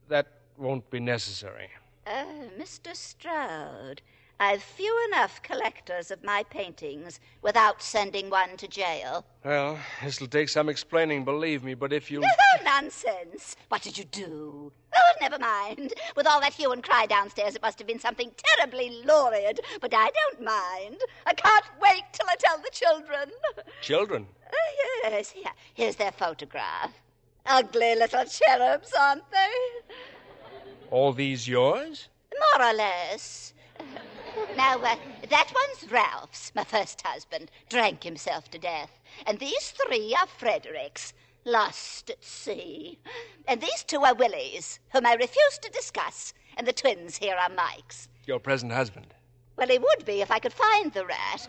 that won't be necessary.
Oh, Mr. Stroud, I've few enough collectors of my paintings without sending one to jail.
Well, this'll take some explaining, believe me, but if you.
Oh, nonsense! What did you do? Oh, never mind. With all that hue and cry downstairs, it must have been something terribly lurid, but I don't mind. I can't wait till I tell the children.
Children?
Oh, yes. Here, here's their photograph. Ugly little cherubs, aren't they?
All these yours?
More or less. Now, uh, that one's Ralph's, my first husband. Drank himself to death. And these three are Frederick's, lost at sea. And these two are Willie's, whom I refuse to discuss. And the twins here are Mike's.
Your present husband?
Well, he would be if I could find the rat.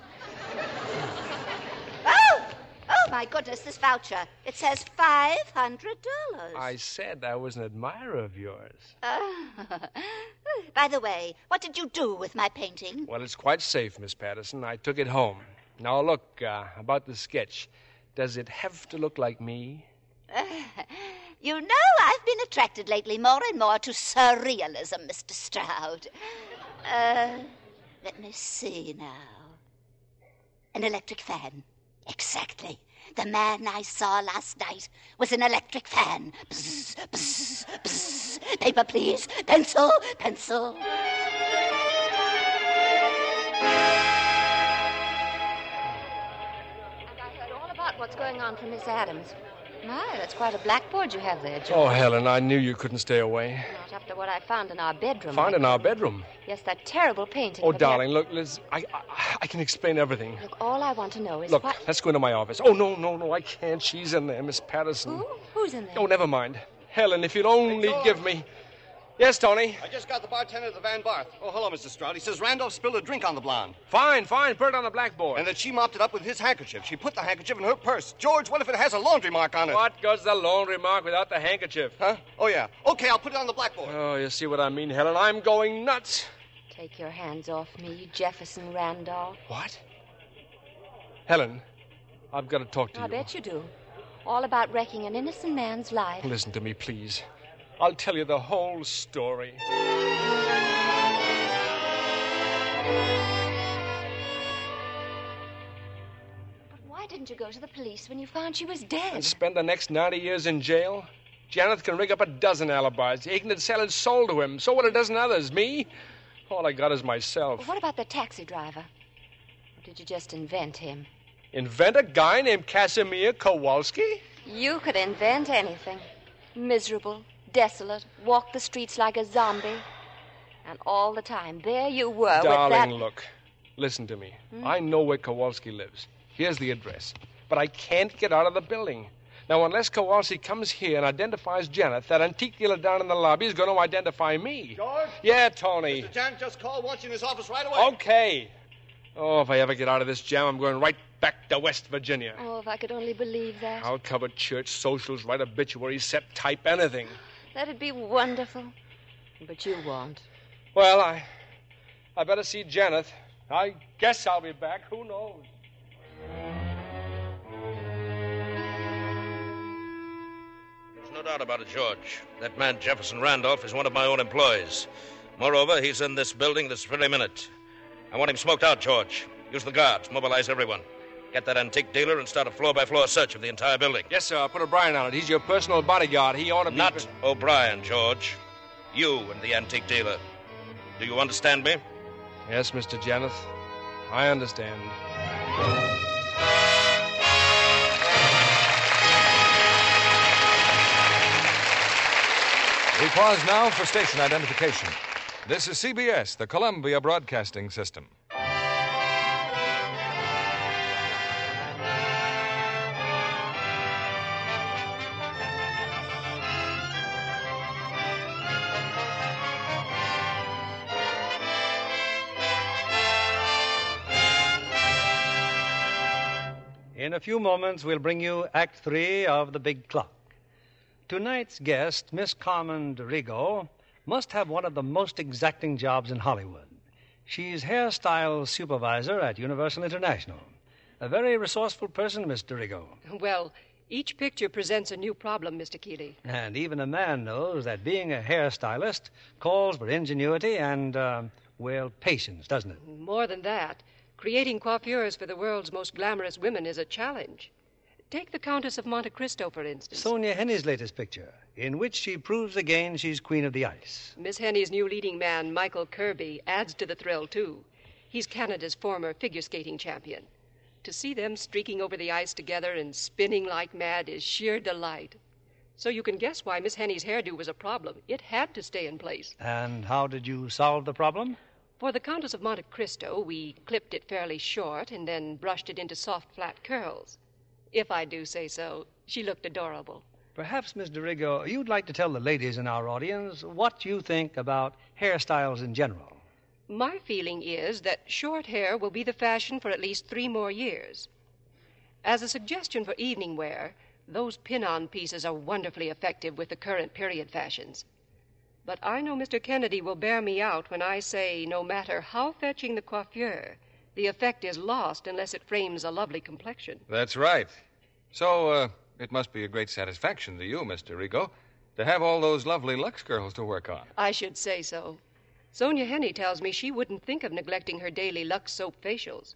oh! Oh, my goodness, this voucher. It says $500.
I said I was an admirer of yours.
Oh. By the way, what did you do with my painting?
Well, it's quite safe, Miss Patterson. I took it home. Now, look, uh, about the sketch. Does it have to look like me? Uh,
you know, I've been attracted lately more and more to surrealism, Mr. Stroud. Uh, let me see now. An electric fan Exactly. The man I saw last night was an electric fan. Bzz, bzz, bzz. Paper, please. Pencil, pencil.
All about what's going on for Miss Adams. My, that's quite a blackboard you have there, George.
Oh, Helen, I knew you couldn't stay away.
Not after what I found in our bedroom.
Found in our bedroom.
Yes, that terrible painting.
Oh,
of the-
darling, look, Liz, I, I, I can explain everything.
Look, all I want to know is
Look,
what.
let's go into my office. Oh, no, no, no, I can't. She's in there, Miss Patterson.
Who's in there?
Oh, never mind. Helen, if you'll only give me. Yes, Tony.
I just got the bartender at the Van Barth. Oh, hello, Mr. Stroud. He says Randolph spilled a drink on the blonde.
Fine, fine. Put it on the blackboard.
And that she mopped it up with his handkerchief. She put the handkerchief in her purse. George, what if it has a laundry mark on it?
What goes the laundry mark without the handkerchief?
Huh? Oh, yeah. Okay, I'll put it on the blackboard.
Oh, you see what I mean, Helen? I'm going nuts.
Take your hands off me, Jefferson Randolph.
What? Helen, I've got to talk to
I
you.
bet you do. All about wrecking an innocent man's life.
Listen to me, please. I'll tell you the whole story.
Why didn't you go to the police when you found she was dead?
And spend the next 90 years in jail? Janet can rig up a dozen alibis. He can sell his soul to him. So will a dozen others. Me? All I got is myself.
What about the taxi driver? Or did you just invent him?
Invent a guy named Casimir Kowalski?
You could invent anything. Miserable, desolate, walk the streets like a zombie. And all the time, there you were Uh, with that.
Darling, look. Listen to me.
Hmm?
I know where Kowalski lives. Here's the address. But I can't get out of the building. Now, unless Kowalski comes here and identifies Janet, that antique dealer down in the lobby is going to identify me.
George?
Yeah, Tony.
Mr. Janet just called. Wants you in his office right away.
Okay. Oh, if I ever get out of this jam, I'm going right back to West Virginia.
Oh, if I could only believe that.
I'll cover church, socials, write obituaries, set type, anything.
That'd be wonderful. But you won't.
Well, I, I better see Janet. I guess I'll be back. Who knows?
There's no doubt about it, George. That man Jefferson Randolph is one of my own employees. Moreover, he's in this building this very minute. I want him smoked out, George. Use the guards, mobilize everyone. Get that antique dealer and start a floor by floor search of the entire building.
Yes, sir. I'll put O'Brien on it. He's your personal bodyguard. He ought to be.
Not O'Brien, George. You and the antique dealer. Do you understand me?
Yes, Mr. Janet. I understand.
We pause now for station identification. This is CBS, the Columbia Broadcasting System.
In a few moments, we'll bring you Act Three of The Big Clock. Tonight's guest, Miss Carmen DeRigo, must have one of the most exacting jobs in Hollywood. She's hairstyle supervisor at Universal International. A very resourceful person, Miss DeRigo.
Well, each picture presents a new problem, Mr. Keeley.
And even a man knows that being a hairstylist calls for ingenuity and, uh, well, patience, doesn't it?
More than that, creating coiffures for the world's most glamorous women is a challenge. Take the Countess of Monte Cristo, for instance.
Sonia Henny's latest picture, in which she proves again she's queen of the ice.
Miss Henny's new leading man, Michael Kirby, adds to the thrill, too. He's Canada's former figure skating champion. To see them streaking over the ice together and spinning like mad is sheer delight. So you can guess why Miss Henny's hairdo was a problem. It had to stay in place.
And how did you solve the problem?
For the Countess of Monte Cristo, we clipped it fairly short and then brushed it into soft, flat curls. If I do say so, she looked adorable.
Perhaps, Miss DeRigo, you'd like to tell the ladies in our audience what you think about hairstyles in general.
My feeling is that short hair will be the fashion for at least three more years. As a suggestion for evening wear, those pin on pieces are wonderfully effective with the current period fashions. But I know Mr. Kennedy will bear me out when I say no matter how fetching the coiffure, the effect is lost unless it frames a lovely complexion.
That's right. So, uh, it must be a great satisfaction to you, Mr. Rigo, to have all those lovely Lux girls to work on.
I should say so. Sonia Henny tells me she wouldn't think of neglecting her daily Lux soap facials.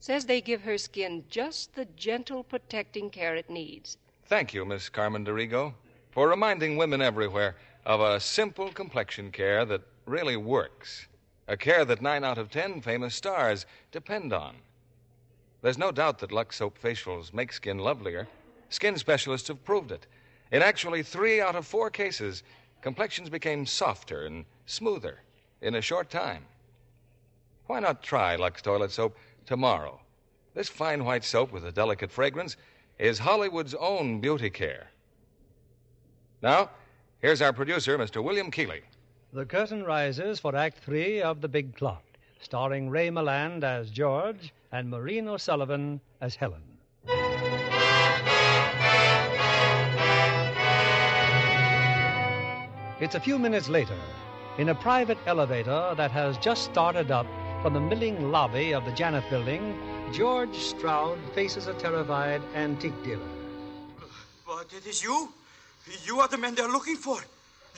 Says they give her skin just the gentle protecting care it needs.
Thank you, Miss Carmen DeRigo, for reminding women everywhere of a simple complexion care that really works. A care that nine out of ten famous stars depend on. There's no doubt that Lux Soap facials make skin lovelier. Skin specialists have proved it. In actually three out of four cases, complexions became softer and smoother in a short time. Why not try Lux Toilet Soap tomorrow? This fine white soap with a delicate fragrance is Hollywood's own beauty care. Now, here's our producer, Mr. William Keeley.
The curtain rises for Act Three of The Big Clock, starring Ray Milland as George and Maureen O'Sullivan as Helen. It's a few minutes later, in a private elevator that has just started up from the milling lobby of the Janeth building. George Stroud faces a terrified antique dealer.
But it is you. You are the man they're looking for.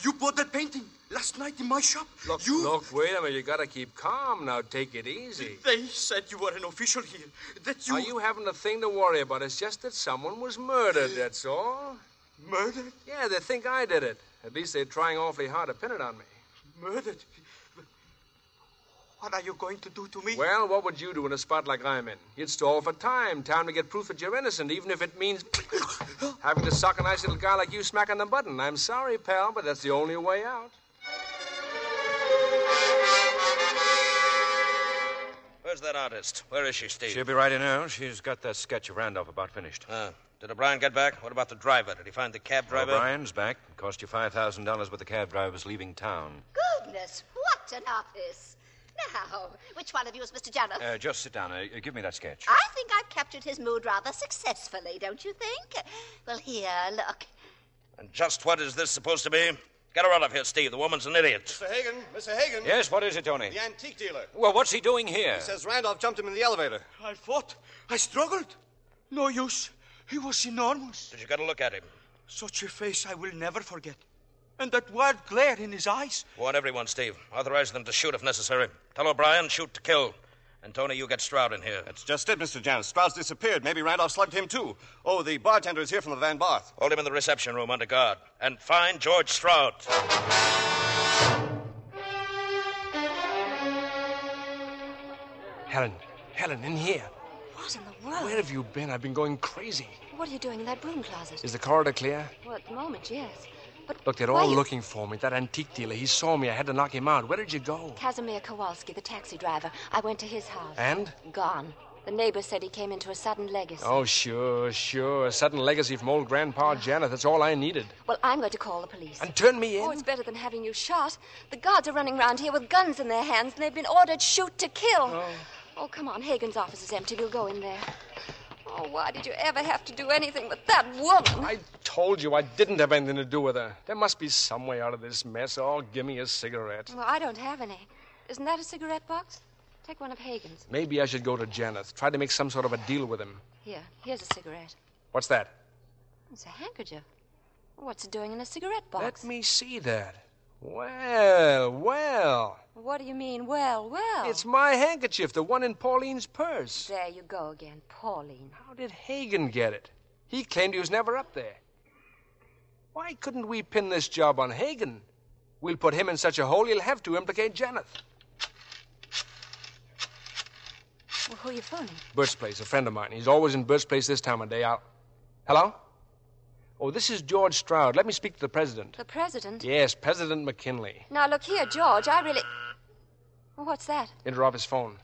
You bought that painting last night in my shop.
Look, look, wait a minute. You gotta keep calm now. Take it easy.
They said you were an official here. That you.
Are you haven't a thing to worry about? It's just that someone was murdered, that's all.
Murdered?
Yeah, they think I did it. At least they're trying awfully hard to pin it on me.
Murdered? What are you going to do to me?
Well, what would you do in a spot like I'm in? You'd stall for time, time to get proof that you're innocent, even if it means having to sock a nice little guy like you smack on the button. I'm sorry, pal, but that's the only way out.
Where's that artist? Where is she, Steve?
She'll be right in now. She's got that sketch of Randolph about finished.
Uh, did O'Brien get back? What about the driver? Did he find the cab driver?
O'Brien's back. It cost you $5,000 with the cab drivers leaving town.
Goodness, what an office. Now, which one of you is Mr. Janeth?
Uh, just sit down. Uh, give me that sketch.
I think I've captured his mood rather successfully, don't you think? Well, here, look.
And just what is this supposed to be? Get her out of here, Steve. The woman's an idiot.
Mr. Hagen, Mr. Hagen.
Yes, what is it, Tony?
The antique dealer.
Well, what's he doing here?
He says Randolph jumped him in the elevator.
I fought. I struggled. No use. He was enormous.
Did you get a look at him?
Such a face I will never forget. And that wild glare in his eyes.
Warn everyone, Steve. Authorize them to shoot if necessary. Tell O'Brien, shoot to kill. And Tony, you get Stroud in here.
That's just it, Mr. Janus. Stroud's disappeared. Maybe Randolph slugged him, too. Oh, the bartender is here from the Van Barth.
Hold him in the reception room under guard. And find George Stroud.
Helen, Helen, in here.
What in the world?
Where have you been? I've been going crazy.
What are you doing in that broom closet?
Is the corridor clear?
Well, at the moment, yes. But
Look, they're
why
all
you-
looking for me. That antique dealer, he saw me. I had to knock him out. Where did you go?
Casimir Kowalski, the taxi driver. I went to his house.
And?
Gone. The neighbor said he came into a sudden legacy.
Oh, sure, sure. A sudden legacy from old Grandpa Janet. That's all I needed.
Well, I'm going to call the police.
And turn me
Oh,
in?
it's better than having you shot. The guards are running round here with guns in their hands, and they've been ordered shoot to kill. Oh, come on. Hagen's office is empty. We'll go in there. Oh, why did you ever have to do anything with that woman?
I told you I didn't have anything to do with her. There must be some way out of this mess. Oh, give me a cigarette.
Well, I don't have any. Isn't that a cigarette box? Take one of Hagen's.
Maybe I should go to Janet, try to make some sort of a deal with him.
Here, here's a cigarette.
What's that?
It's a handkerchief. What's it doing in a cigarette box?
Let me see that. Well, well.
What do you mean, well, well?
It's my handkerchief, the one in Pauline's purse.
There you go again, Pauline.
How did Hagen get it? He claimed he was never up there. Why couldn't we pin this job on Hagen? We'll put him in such a hole he'll have to implicate Janet.
Well, who are you phoning?
Bert's place, a friend of mine. He's always in Bert's place this time of day. I'll. Hello? Oh, this is George Stroud. Let me speak to the president.
The president?
Yes, President McKinley.
Now, look here, George, I really. What's that?
Interrupt his phone.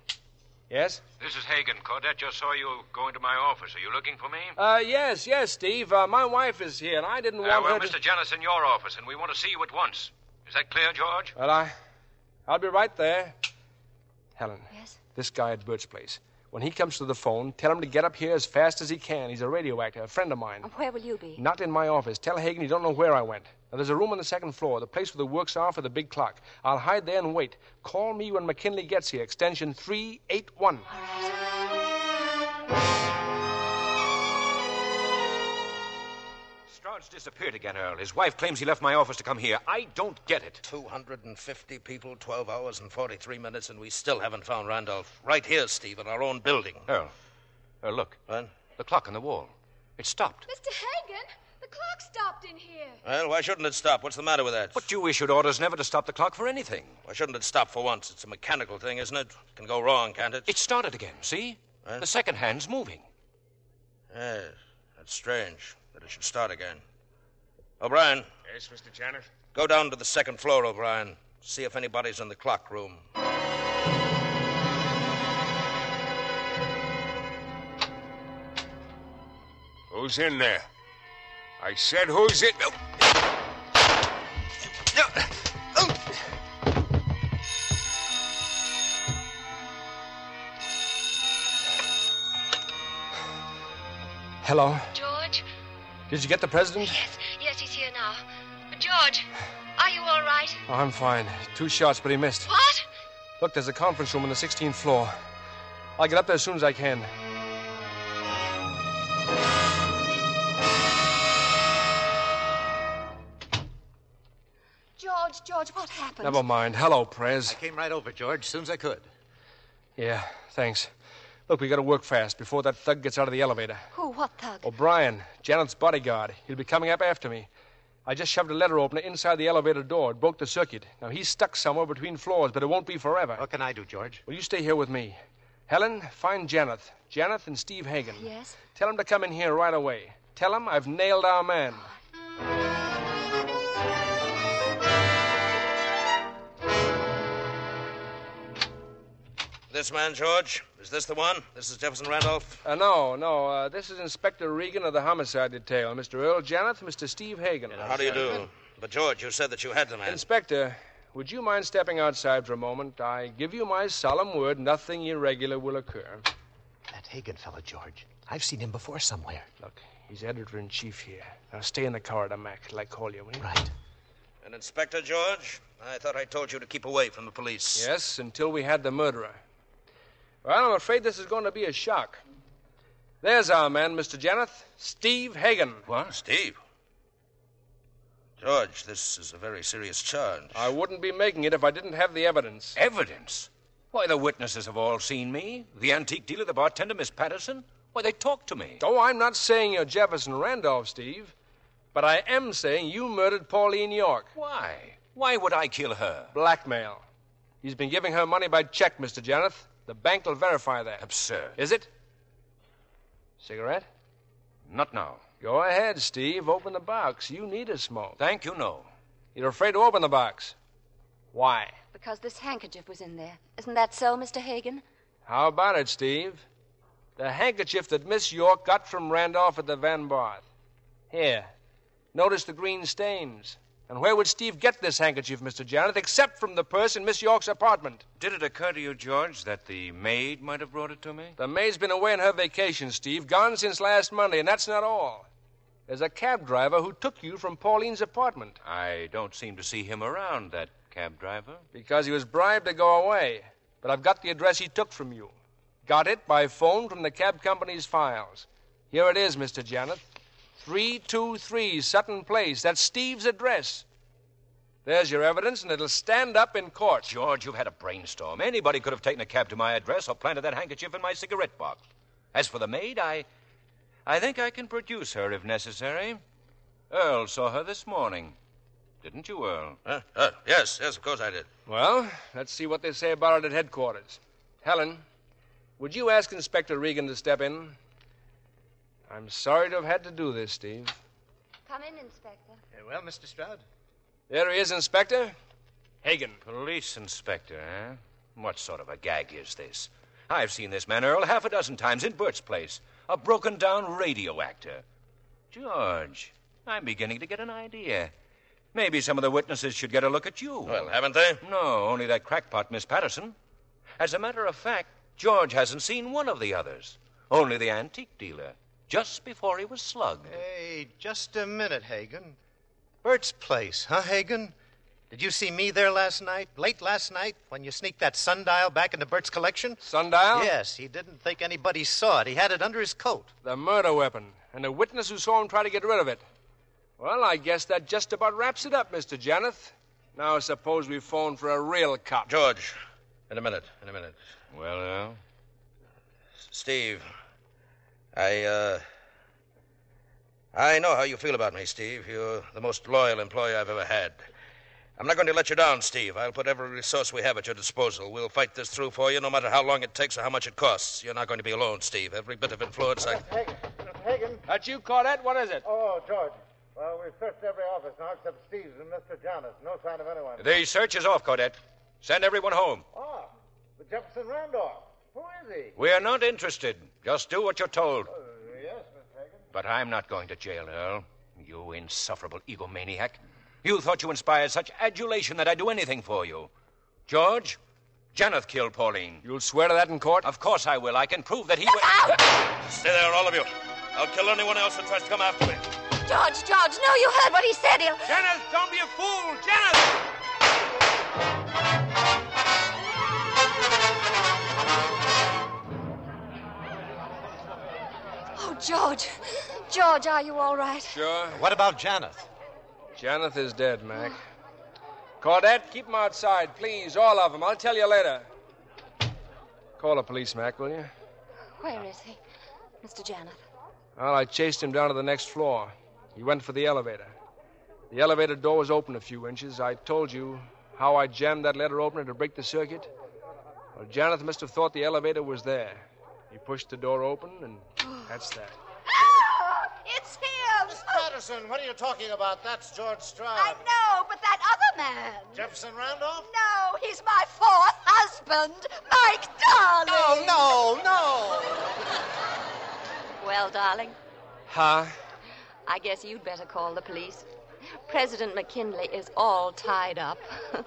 Yes?
This is Hagen. Cordette just saw you go into my office. Are you looking for me?
Uh, yes, yes, Steve. Uh, my wife is here, and I didn't want
Uh, well,
her to...
Mr. Janet's in your office, and we want to see you at once. Is that clear, George?
Well, I, I'll be right there. Helen.
Yes?
This guy at Bert's place. When he comes to the phone, tell him to get up here as fast as he can. He's a radio actor, a friend of mine.
Where will you be?
Not in my office. Tell Hagen you don't know where I went. Now, there's a room on the second floor, the place where the works are for the big clock. I'll hide there and wait. Call me when McKinley gets here. Extension 381.
Stroud
George disappeared again, Earl. His wife claims he left my office to come here. I don't get it.
250 people, 12 hours and 43 minutes, and we still haven't found Randolph. Right here, Steve, in our own building.
Earl. Earl, Oh. look.
What?
The clock on the wall. It stopped.
Mr. Hagen, the clock stopped in here.
Well, why shouldn't it stop? What's the matter with that?
But you issued orders never to stop the clock for anything.
Why shouldn't it stop for once? It's a mechanical thing, isn't it? It can go wrong, can't it?
It started again, see? The second hand's moving.
Yes. That's strange that it should start again. O'Brien,
Yes, Mr. Janet?
go down to the second floor, O'Brien. See if anybody's in the clock room.
Who's in there? I said, who's in. Oh.
Hello?
George?
Did you get the president?
Yes, he's here now. But George, are you all right?
Oh, I'm fine. Two shots, but he missed.
What?
Look, there's a conference room on the 16th floor. I'll get up there as soon as I can.
George, George, what happened?
Never mind. Hello, Prez.
I came right over, George, as soon as I could.
Yeah, thanks. Look, we gotta work fast before that thug gets out of the elevator.
Who? What thug?
O'Brien, Janet's bodyguard. He'll be coming up after me. I just shoved a letter opener inside the elevator door. It broke the circuit. Now, he's stuck somewhere between floors, but it won't be forever.
What can I do, George?
Will you stay here with me? Helen, find Janet. Janet and Steve Hagen.
Yes?
Tell him to come in here right away. Tell him I've nailed our man.
This man, George, is this the one? This is Jefferson Randolph.
Uh, no, no. Uh, this is Inspector Regan of the Homicide Detail. Mr. Earl Janet, Mr. Steve Hagen.
How do you do? But, George, you said that you had the man.
Inspector, would you mind stepping outside for a moment? I give you my solemn word nothing irregular will occur.
That Hagen fellow, George. I've seen him before somewhere.
Look, he's editor in chief here. Now stay in the corridor, Mac, till I call you, will you? Right.
And Inspector George, I thought I told you to keep away from the police.
Yes, until we had the murderer. Well, I'm afraid this is going to be a shock. There's our man, Mr. Janet, Steve Hagen.
What? Steve? George, this is a very serious charge.
I wouldn't be making it if I didn't have the evidence.
Evidence? Why, the witnesses have all seen me. The antique dealer, the bartender, Miss Patterson. Why, they talked to me.
Oh, I'm not saying you're Jefferson Randolph, Steve, but I am saying you murdered Pauline York.
Why? Why would I kill her?
Blackmail. He's been giving her money by check, Mr. Janet. The bank will verify that.
Absurd.
Is it? Cigarette?
Not now.
Go ahead, Steve. Open the box. You need a smoke.
Thank you, no.
You're afraid to open the box. Why?
Because this handkerchief was in there. Isn't that so, Mr. Hagen?
How about it, Steve? The handkerchief that Miss York got from Randolph at the Van Barth. Here. Notice the green stains. And where would Steve get this handkerchief, Mr. Janet, except from the purse in Miss York's apartment?
Did it occur to you, George, that the maid might have brought it to me?
The maid's been away on her vacation, Steve, gone since last Monday, and that's not all. There's a cab driver who took you from Pauline's apartment
I don't seem to see him around, that cab driver.
because he was bribed to go away. But I've got the address he took from you. Got it by phone from the cab company's files. Here it is, Mr. Janet. 323 Sutton Place. That's Steve's address. There's your evidence, and it'll stand up in court.
George, you've had a brainstorm. Anybody could have taken a cab to my address or planted that handkerchief in my cigarette box. As for the maid, I. I think I can produce her if necessary. Earl saw her this morning. Didn't you, Earl?
Huh? Uh, yes, yes, of course I did.
Well, let's see what they say about it at headquarters. Helen, would you ask Inspector Regan to step in? I'm sorry to have had to do this, Steve.
Come in, Inspector.
Uh, well, Mr. Stroud,
There he is, Inspector. Hagen.
Police inspector, eh? What sort of a gag is this? I've seen this man, Earl, half a dozen times in Bert's place. A broken down radio actor. George, I'm beginning to get an idea. Maybe some of the witnesses should get a look at you.
Well, haven't they?
No, only that crackpot, Miss Patterson. As a matter of fact, George hasn't seen one of the others, only the antique dealer, just before he was slugged.
Hey, just a minute, Hagen. Bert's place, huh, Hagen? Did you see me there last night, late last night, when you sneaked that sundial back into Bert's collection?
Sundial?
Yes, he didn't think anybody saw it. He had it under his coat.
The murder weapon, and a witness who saw him try to get rid of it. Well, I guess that just about wraps it up, Mr. Janeth. Now suppose we phone for a real cop.
George, in a minute, in a minute.
Well, now?
Steve, I, uh. I know how you feel about me, Steve. You're the most loyal employee I've ever had. I'm not going to let you down, Steve. I'll put every resource we have at your disposal. We'll fight this through for you, no matter how long it takes or how much it costs. You're not going to be alone, Steve. Every bit of influence I.
Hagen, Hagen.
That you, Claudette? What is it?
Oh, George. Well, we've searched every office now except Steve's and Mr. Jonas. No sign of anyone.
The search is off, Codette. Send everyone home.
Oh, the Jefferson Randolph. Who is he?
We're not interested. Just do what you're told.
Uh, Yes, Miss Hagen.
But I'm not going to jail, Earl. You insufferable egomaniac. You thought you inspired such adulation that I'd do anything for you. George, Janeth killed Pauline.
You'll swear to that in court?
Of course I will. I can prove that he. Get
Stay there, all of you. I'll kill anyone else that tries to come after me.
George, George, no, you heard what he said. He'll.
Janeth, don't be a fool! Janeth!
Oh, George. George, are you all right?
Sure.
What about Janeth?
Janeth is dead, Mac. Claudette, keep him outside, please. All of them. I'll tell you later. Call the police, Mac, will you?
Where is he? Mr. Janet.
Well, I chased him down to the next floor. He went for the elevator. The elevator door was open a few inches. I told you how I jammed that letter opener to break the circuit. Well, Janeth must have thought the elevator was there. He pushed the door open, and that's that.
Oh, It's him!
Miss Patterson, what are you talking about? That's George Stroud.
I know, but that other man.
Jefferson Randolph?
No, he's my fourth husband, Mike Darling.
No, no, no.
Well, darling,
Huh?
I guess you'd better call the police. President McKinley is all tied up.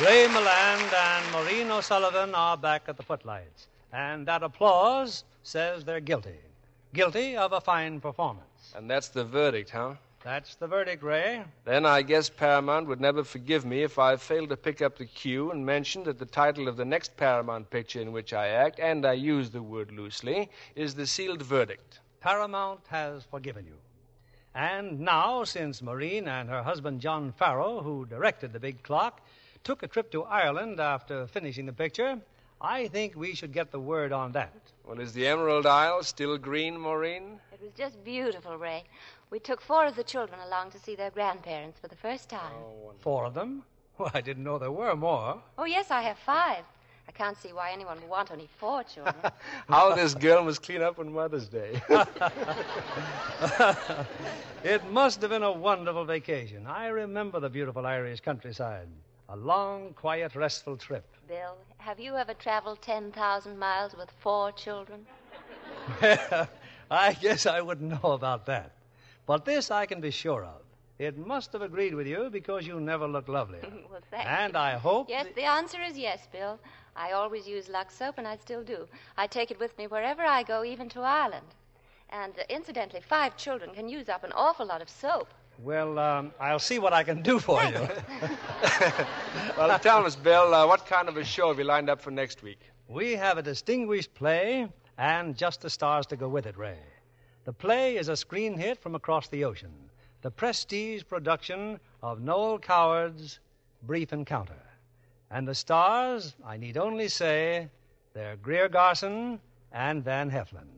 Ray Milland and Maureen O'Sullivan are back at the footlights, and that applause says they're guilty. Guilty of a fine performance.
And that's the verdict, huh?
That's the verdict, Ray.
Then I guess Paramount would never forgive me if I failed to pick up the cue and mention that the title of the next Paramount picture in which I act, and I use the word loosely, is The Sealed Verdict.
Paramount has forgiven you. And now, since Maureen and her husband John Farrow, who directed The Big Clock, took a trip to Ireland after finishing the picture, I think we should get the word on that.
Well, is the Emerald Isle still green, Maureen?
It was just beautiful, Ray. We took four of the children along to see their grandparents for the first time.
Oh. Four of them? Well, I didn't know there were more.
Oh, yes, I have five. I can't see why anyone would want only four children.
How this girl must clean up on Mother's Day.
it must have been a wonderful vacation. I remember the beautiful Irish countryside. A long, quiet, restful trip.
Bill, have you ever traveled 10,000 miles with four children?
I guess I wouldn't know about that. But this I can be sure of. It must have agreed with you because you never look lovely.
Well, thank
and I hope.
Yes, the answer is yes, Bill. I always use Lux soap, and I still do. I take it with me wherever I go, even to Ireland. And uh, incidentally, five children can use up an awful lot of soap.
Well, um, I'll see what I can do for you.
well, tell us, Bill, uh, what kind of a show have you lined up for next week?
We have a distinguished play and just the stars to go with it, Ray. The play is a screen hit from across the ocean, the prestige production of Noel Coward's Brief Encounter. And the stars, I need only say, they're Greer Garson and Van Heflin.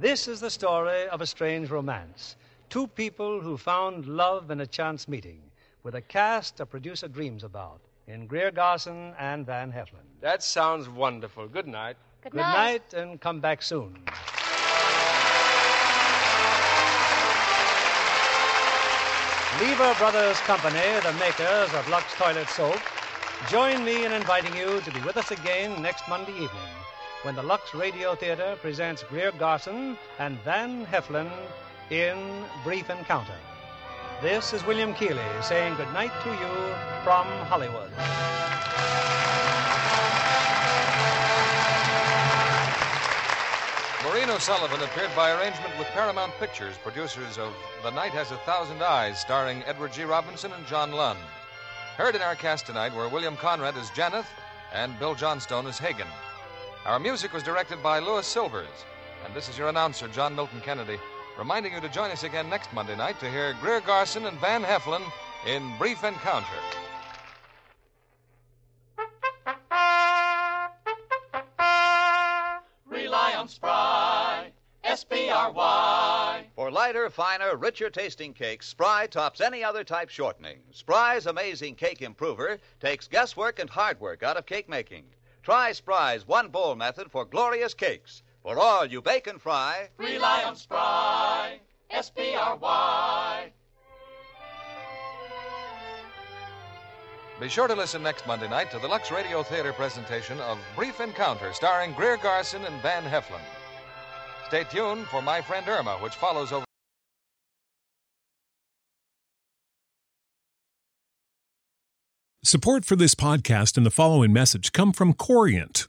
This is the story of a strange romance. Two people who found love in a chance meeting with a cast a producer dreams about in Greer Garson and Van Heflin.
That sounds wonderful. Good night.
Good
Good night and come back soon. Lever Brothers Company, the makers of Lux Toilet Soap, join me in inviting you to be with us again next Monday evening when the Lux Radio Theater presents Greer Garson and Van Heflin in Brief Encounter. This is William Keeley saying good night to you from Hollywood.
Maureen O'Sullivan appeared by arrangement with Paramount Pictures, producers of The Night Has a Thousand Eyes, starring Edward G. Robinson and John Lund. Heard in our cast tonight were William Conrad as Janeth and Bill Johnstone as Hagen. Our music was directed by Louis Silvers. And this is your announcer, John Milton Kennedy, reminding you to join us again next Monday night to hear Greer Garson and Van Heflin in Brief Encounter.
Rely on Spry, S P R Y.
For lighter, finer, richer tasting cakes, Spry tops any other type shortening. Spry's amazing cake improver takes guesswork and hard work out of cake making. Try Spry's one bowl method for glorious cakes. For all you bake and fry,
Rely on Spry, S P R Y.
Be sure to listen next Monday night to the Lux Radio Theater presentation of Brief Encounter, starring Greer Garson and Van Heflin. Stay tuned for My Friend Irma, which follows over.
Support for this podcast and the following message come from Corient.